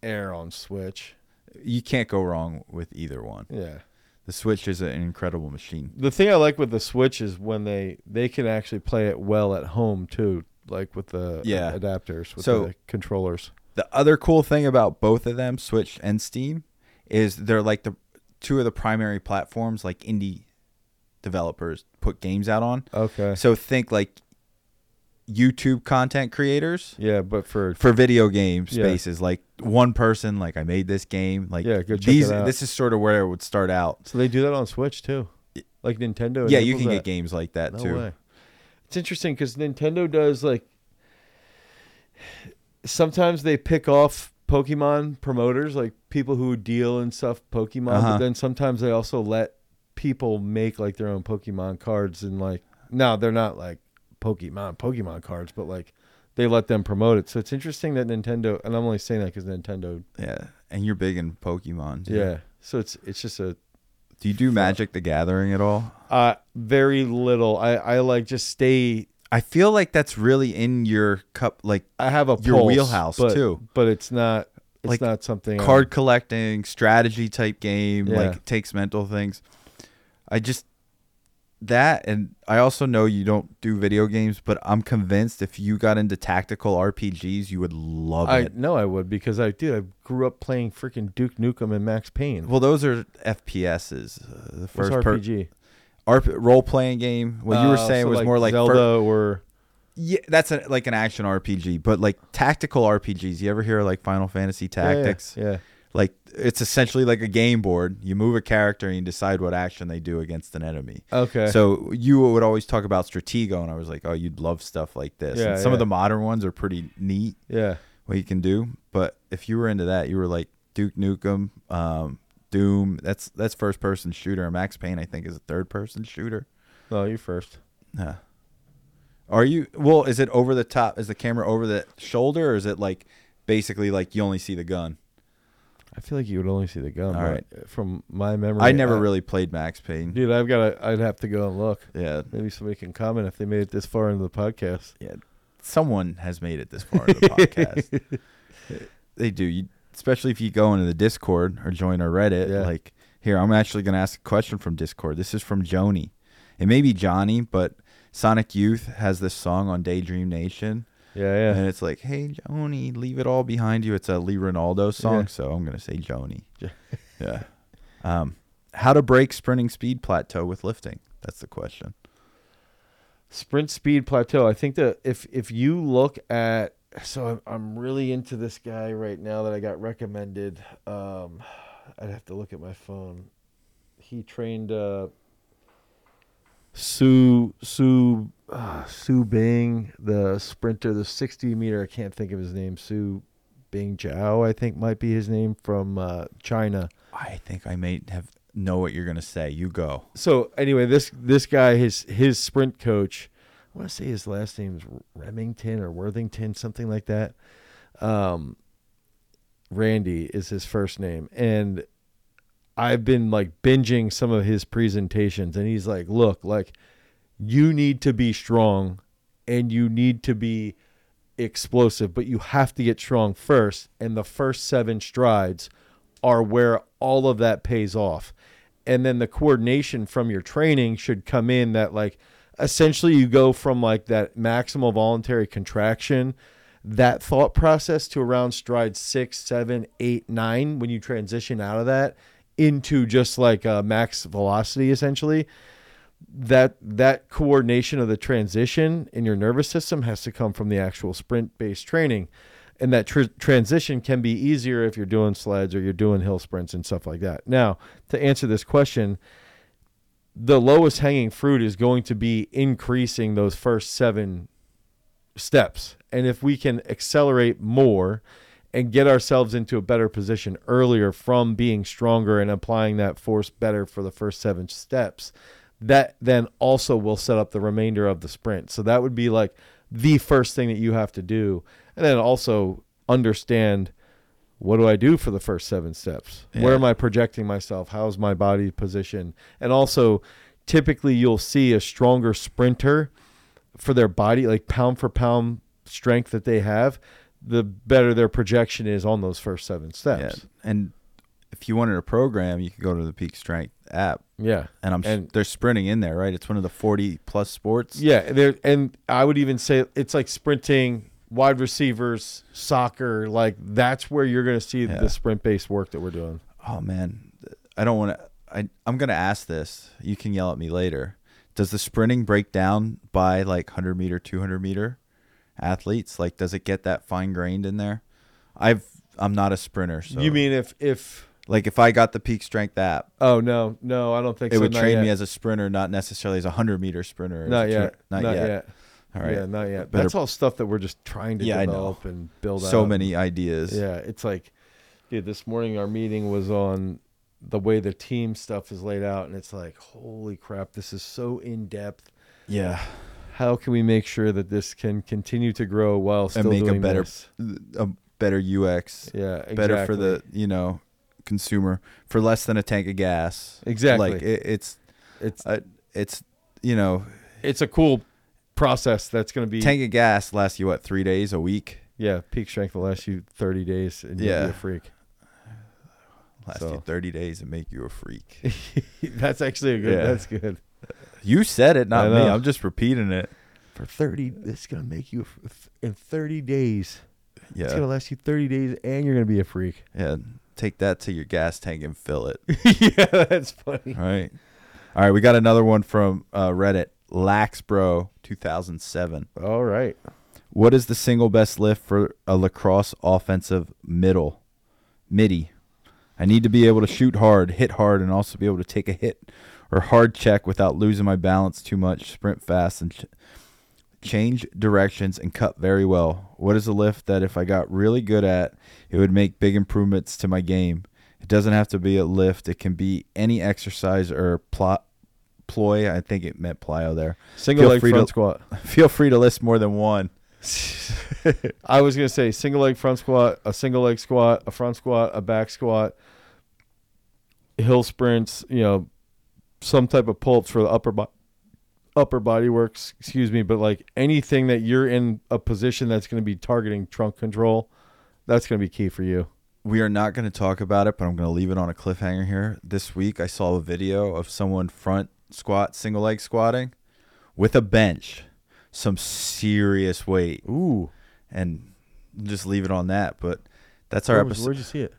Speaker 1: err on Switch.
Speaker 2: You can't go wrong with either one.
Speaker 1: Yeah.
Speaker 2: The Switch is an incredible machine.
Speaker 1: The thing I like with the Switch is when they they can actually play it well at home too, like with the
Speaker 2: Yeah.
Speaker 1: adapters with
Speaker 2: So-
Speaker 1: the controllers.
Speaker 2: The other cool thing about both of them, Switch and Steam, is they're like the two of the primary platforms like indie developers put games out on.
Speaker 1: Okay.
Speaker 2: So think like YouTube content creators
Speaker 1: Yeah, but for
Speaker 2: for video game
Speaker 1: Yeah.
Speaker 2: spaces. Like one person, like I made this game. Like
Speaker 1: Yeah, go check
Speaker 2: these.
Speaker 1: it out.
Speaker 2: This is sort of where it would start out.
Speaker 1: so they do that on Switch too, like Nintendo.
Speaker 2: yeah, you
Speaker 1: enables
Speaker 2: can
Speaker 1: that.
Speaker 2: get games like that
Speaker 1: No
Speaker 2: too.
Speaker 1: way. It's interesting because Nintendo does like sometimes they pick off Pokemon promoters, like people who deal in stuff Pokemon, but
Speaker 2: Uh-huh.
Speaker 1: then sometimes they also let people make like their own Pokemon cards and like no, they're not like Pokemon Pokemon cards, but like they let them promote it. So it's interesting that Nintendo and I'm only saying that because Nintendo.
Speaker 2: Yeah, and you're big in Pokemon. Too.
Speaker 1: Yeah. So it's it's just a
Speaker 2: Do you do Magic the Gathering at all?
Speaker 1: uh, very little. I I like just stay.
Speaker 2: I feel like that's really in your cup, like
Speaker 1: I have a
Speaker 2: Your
Speaker 1: pulse,
Speaker 2: wheelhouse,
Speaker 1: but-
Speaker 2: too.
Speaker 1: but it's not. It's
Speaker 2: Like,
Speaker 1: not something I'm-
Speaker 2: card collecting, strategy type game.
Speaker 1: Yeah.
Speaker 2: Like takes mental things. I just that, and I also know you don't do video games, but I'm convinced if you got into tactical RPGs, you would love
Speaker 1: I
Speaker 2: it.
Speaker 1: know I would because I dude I grew up playing freaking Duke Nukem and Max Payne.
Speaker 2: Well, those are FPSs. Uh, the
Speaker 1: What's
Speaker 2: first per-
Speaker 1: RPG?
Speaker 2: RP- role playing game. What you were
Speaker 1: Uh,
Speaker 2: saying
Speaker 1: so
Speaker 2: was more like
Speaker 1: Zelda
Speaker 2: fir-
Speaker 1: or
Speaker 2: yeah, that's a, like an action RPG, but like tactical RPGs. You ever hear like Final Fantasy
Speaker 1: Yeah, yeah,
Speaker 2: Tactics?
Speaker 1: Yeah,
Speaker 2: Like it's essentially like a game board. You move a character and you decide what action they do against an enemy.
Speaker 1: Okay.
Speaker 2: So you would always talk about Stratego, and I was like, oh, you'd love stuff like this.
Speaker 1: Yeah,
Speaker 2: and some
Speaker 1: yeah.
Speaker 2: of the modern ones are pretty neat
Speaker 1: yeah.
Speaker 2: what you can do. But if you were into that, you were like Duke Nukem, um, Doom. That's that's first person shooter. Max Payne, I think, is a third person shooter.
Speaker 1: No, you first.
Speaker 2: Huh. Are you well? Is it over the top? Is the camera over the shoulder, or is it like basically like you only see the gun?
Speaker 1: I feel like you would only see the gun.
Speaker 2: All
Speaker 1: but From my memory,
Speaker 2: I never really played Max Payne.
Speaker 1: Dude, I've got. to I'd have to go and look.
Speaker 2: Yeah,
Speaker 1: Maybe somebody can comment if they made it this far into the podcast.
Speaker 2: yeah. Someone has made it this far in the podcast.
Speaker 1: *laughs*
Speaker 2: They do, you, especially if you go into the Discord or join our Reddit.
Speaker 1: Yeah.
Speaker 2: Like here, I'm actually going to ask a question from Discord. This is from Joni. It may be Johnny, but Sonic Youth has this song on Daydream Nation,
Speaker 1: Yeah, yeah.
Speaker 2: and it's like, "Hey Joni, leave it all behind you." It's a Lee Ronaldo song,
Speaker 1: Yeah.
Speaker 2: so I'm going to say Joni.
Speaker 1: Ja-
Speaker 2: *laughs* yeah. Um, how to break sprinting speed plateau with lifting? That's the question.
Speaker 1: sprint speed plateau. I think that if if you look at so I'm I'm really into this guy right now that I got recommended. Um, I'd have to look at my phone. He trained uh, Su Su uh, Su Bing, the sprinter, the 60 meter. I can't think of his name. Su Bing Zhao, I think might be his name from uh, China.
Speaker 2: I think I may have know what you're going to say. You go.
Speaker 1: so anyway, this this guy, his his sprint coach, I want to say his last name is Remington or Worthington, something like that. Um, Randy is his first name, and I've been like binging some of his presentations, and he's like, "Look, like you need to be strong, and you need to be explosive, but you have to get strong first, and the first seven strides are where all of that pays off. And then the coordination from your training should come in that like essentially you go from like that maximal voluntary contraction, that thought process to around stride six, seven, eight, nine when you transition out of that into just like uh, max velocity essentially that that coordination of the transition in your nervous system has to come from the actual sprint based training and that tr- transition can be easier if you're doing sleds or you're doing hill sprints and stuff like that now to answer this question the lowest hanging fruit is going to be increasing those first seven steps and if we can accelerate more and get ourselves into a better position earlier from being stronger and applying that force better for the first seven steps that then also will set up the remainder of the sprint so that would be like the first thing that you have to do. And then also understand what do I do for the first seven steps? Where
Speaker 2: Yeah.
Speaker 1: am I projecting myself? How's my body position? And also, typically, you'll see a stronger sprinter for their body, like pound for pound strength that they have, the better their projection is on those first seven
Speaker 2: Yeah.
Speaker 1: steps.
Speaker 2: And if you wanted a program, you could go to the Peak Strength app,
Speaker 1: Yeah.
Speaker 2: and I'm
Speaker 1: And-
Speaker 2: they're sprinting in there, right? It's one of the 40 plus sports.
Speaker 1: Yeah, there and I would even say it's like sprinting, wide receivers, soccer, like that's where you're going to see
Speaker 2: Yeah.
Speaker 1: the sprint based work that we're doing.
Speaker 2: Oh man, I don't want to. I I'm gonna ask this. You can yell at me later. Does the sprinting break down by like 100 meter, 200 meter athletes? Like, does it get that fine grained in there? I've I'm not a sprinter, so
Speaker 1: You mean if if
Speaker 2: like if I got the Peak Strength app,
Speaker 1: oh no, no, I don't think
Speaker 2: it
Speaker 1: so,
Speaker 2: would
Speaker 1: not
Speaker 2: train
Speaker 1: yet.
Speaker 2: me as a sprinter, not necessarily as a 100 meter sprinter. or as
Speaker 1: not
Speaker 2: a
Speaker 1: yet.
Speaker 2: two-
Speaker 1: Not, yet.
Speaker 2: All right.
Speaker 1: Yeah, not yet.
Speaker 2: Better-
Speaker 1: That's all stuff that we're just trying to
Speaker 2: Yeah, I know.
Speaker 1: develop and build out.
Speaker 2: so many ideas.
Speaker 1: Yeah, it's like, dude, this morning our meeting was on the way the team stuff is laid out, and it's like, holy crap, this is so in depth.
Speaker 2: Yeah.
Speaker 1: How can we make sure that this can continue to grow while still
Speaker 2: make a
Speaker 1: doing
Speaker 2: better-
Speaker 1: this?
Speaker 2: A better UX,
Speaker 1: Yeah, E, exactly.
Speaker 2: better for the, you know, consumer for less than a tank of gas.
Speaker 1: exactly.
Speaker 2: Like it, it's
Speaker 1: it's
Speaker 2: uh, it's you know,
Speaker 1: it's a cool process that's going to be
Speaker 2: tank of gas lasts you what, 3 days a week?
Speaker 1: yeah peak strength will last you thirty days and you'll
Speaker 2: Yeah.
Speaker 1: be a freak. *laughs*
Speaker 2: Lasts
Speaker 1: So.
Speaker 2: you 30 days and make you a freak.
Speaker 1: *laughs* that's actually a good.
Speaker 2: Yeah.
Speaker 1: That's good.
Speaker 2: you said it,
Speaker 1: I
Speaker 2: not me.
Speaker 1: know.
Speaker 2: I'm just repeating it.
Speaker 1: For thirty, it's going to make you a fr- in thirty days. It's
Speaker 2: Yeah.
Speaker 1: going to last you thirty days, and you're going to be a freak.
Speaker 2: Yeah. Take that to your gas tank and fill it.
Speaker 1: *laughs* yeah, that's funny.
Speaker 2: All right. All right, we got another one from uh, Reddit, Laxbro 2007.
Speaker 1: All right.
Speaker 2: What is the single best lift for a lacrosse offensive middle? Midi. I need to be able to shoot hard, hit hard, and also be able to take a hit or hard check without losing my balance too much, sprint fast, and ch- change directions and cut very well. What is a lift that if I got really good at, it would make big improvements to my game? It doesn't have to be a lift, it can be any exercise or plot. Ploy, I think it meant plyo there. *laughs*
Speaker 1: Single
Speaker 2: Feel
Speaker 1: leg
Speaker 2: free to-
Speaker 1: front *laughs* squat.
Speaker 2: Feel free to list more than one.
Speaker 1: I was gonna say single leg front squat, a single leg squat, a front squat, a back squat, hill sprints. You know, some type of pull ups for the upper body, upper body works. Excuse me, but like anything that you're in a position that's gonna be targeting trunk control, that's gonna be key for you.
Speaker 2: we are not going to talk about it, but I'm going to leave it on a cliffhanger here. This week, I saw a video of someone front squat, single leg squatting with a bench, some serious weight,
Speaker 1: Ooh,
Speaker 2: and just leave it on that. But that's our episode.
Speaker 1: you see it?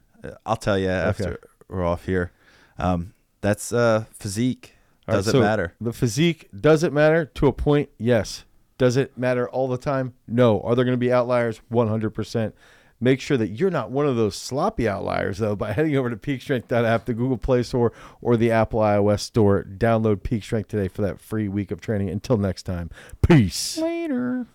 Speaker 2: I'll tell you after we're off here. Um, that's uh, physique.
Speaker 1: All right,
Speaker 2: Does
Speaker 1: so
Speaker 2: it matter?
Speaker 1: The physique does it matter to a point? Yes. Does it matter all the time? No. Are there going to be outliers? 100%. Make sure that you're not one of those sloppy outliers though by *laughs* heading over to peakstrength.app, the Google Play Store or the Apple iOS Store. Download Peak Strength today for that free week of training. Until next time. Peace.
Speaker 2: Later.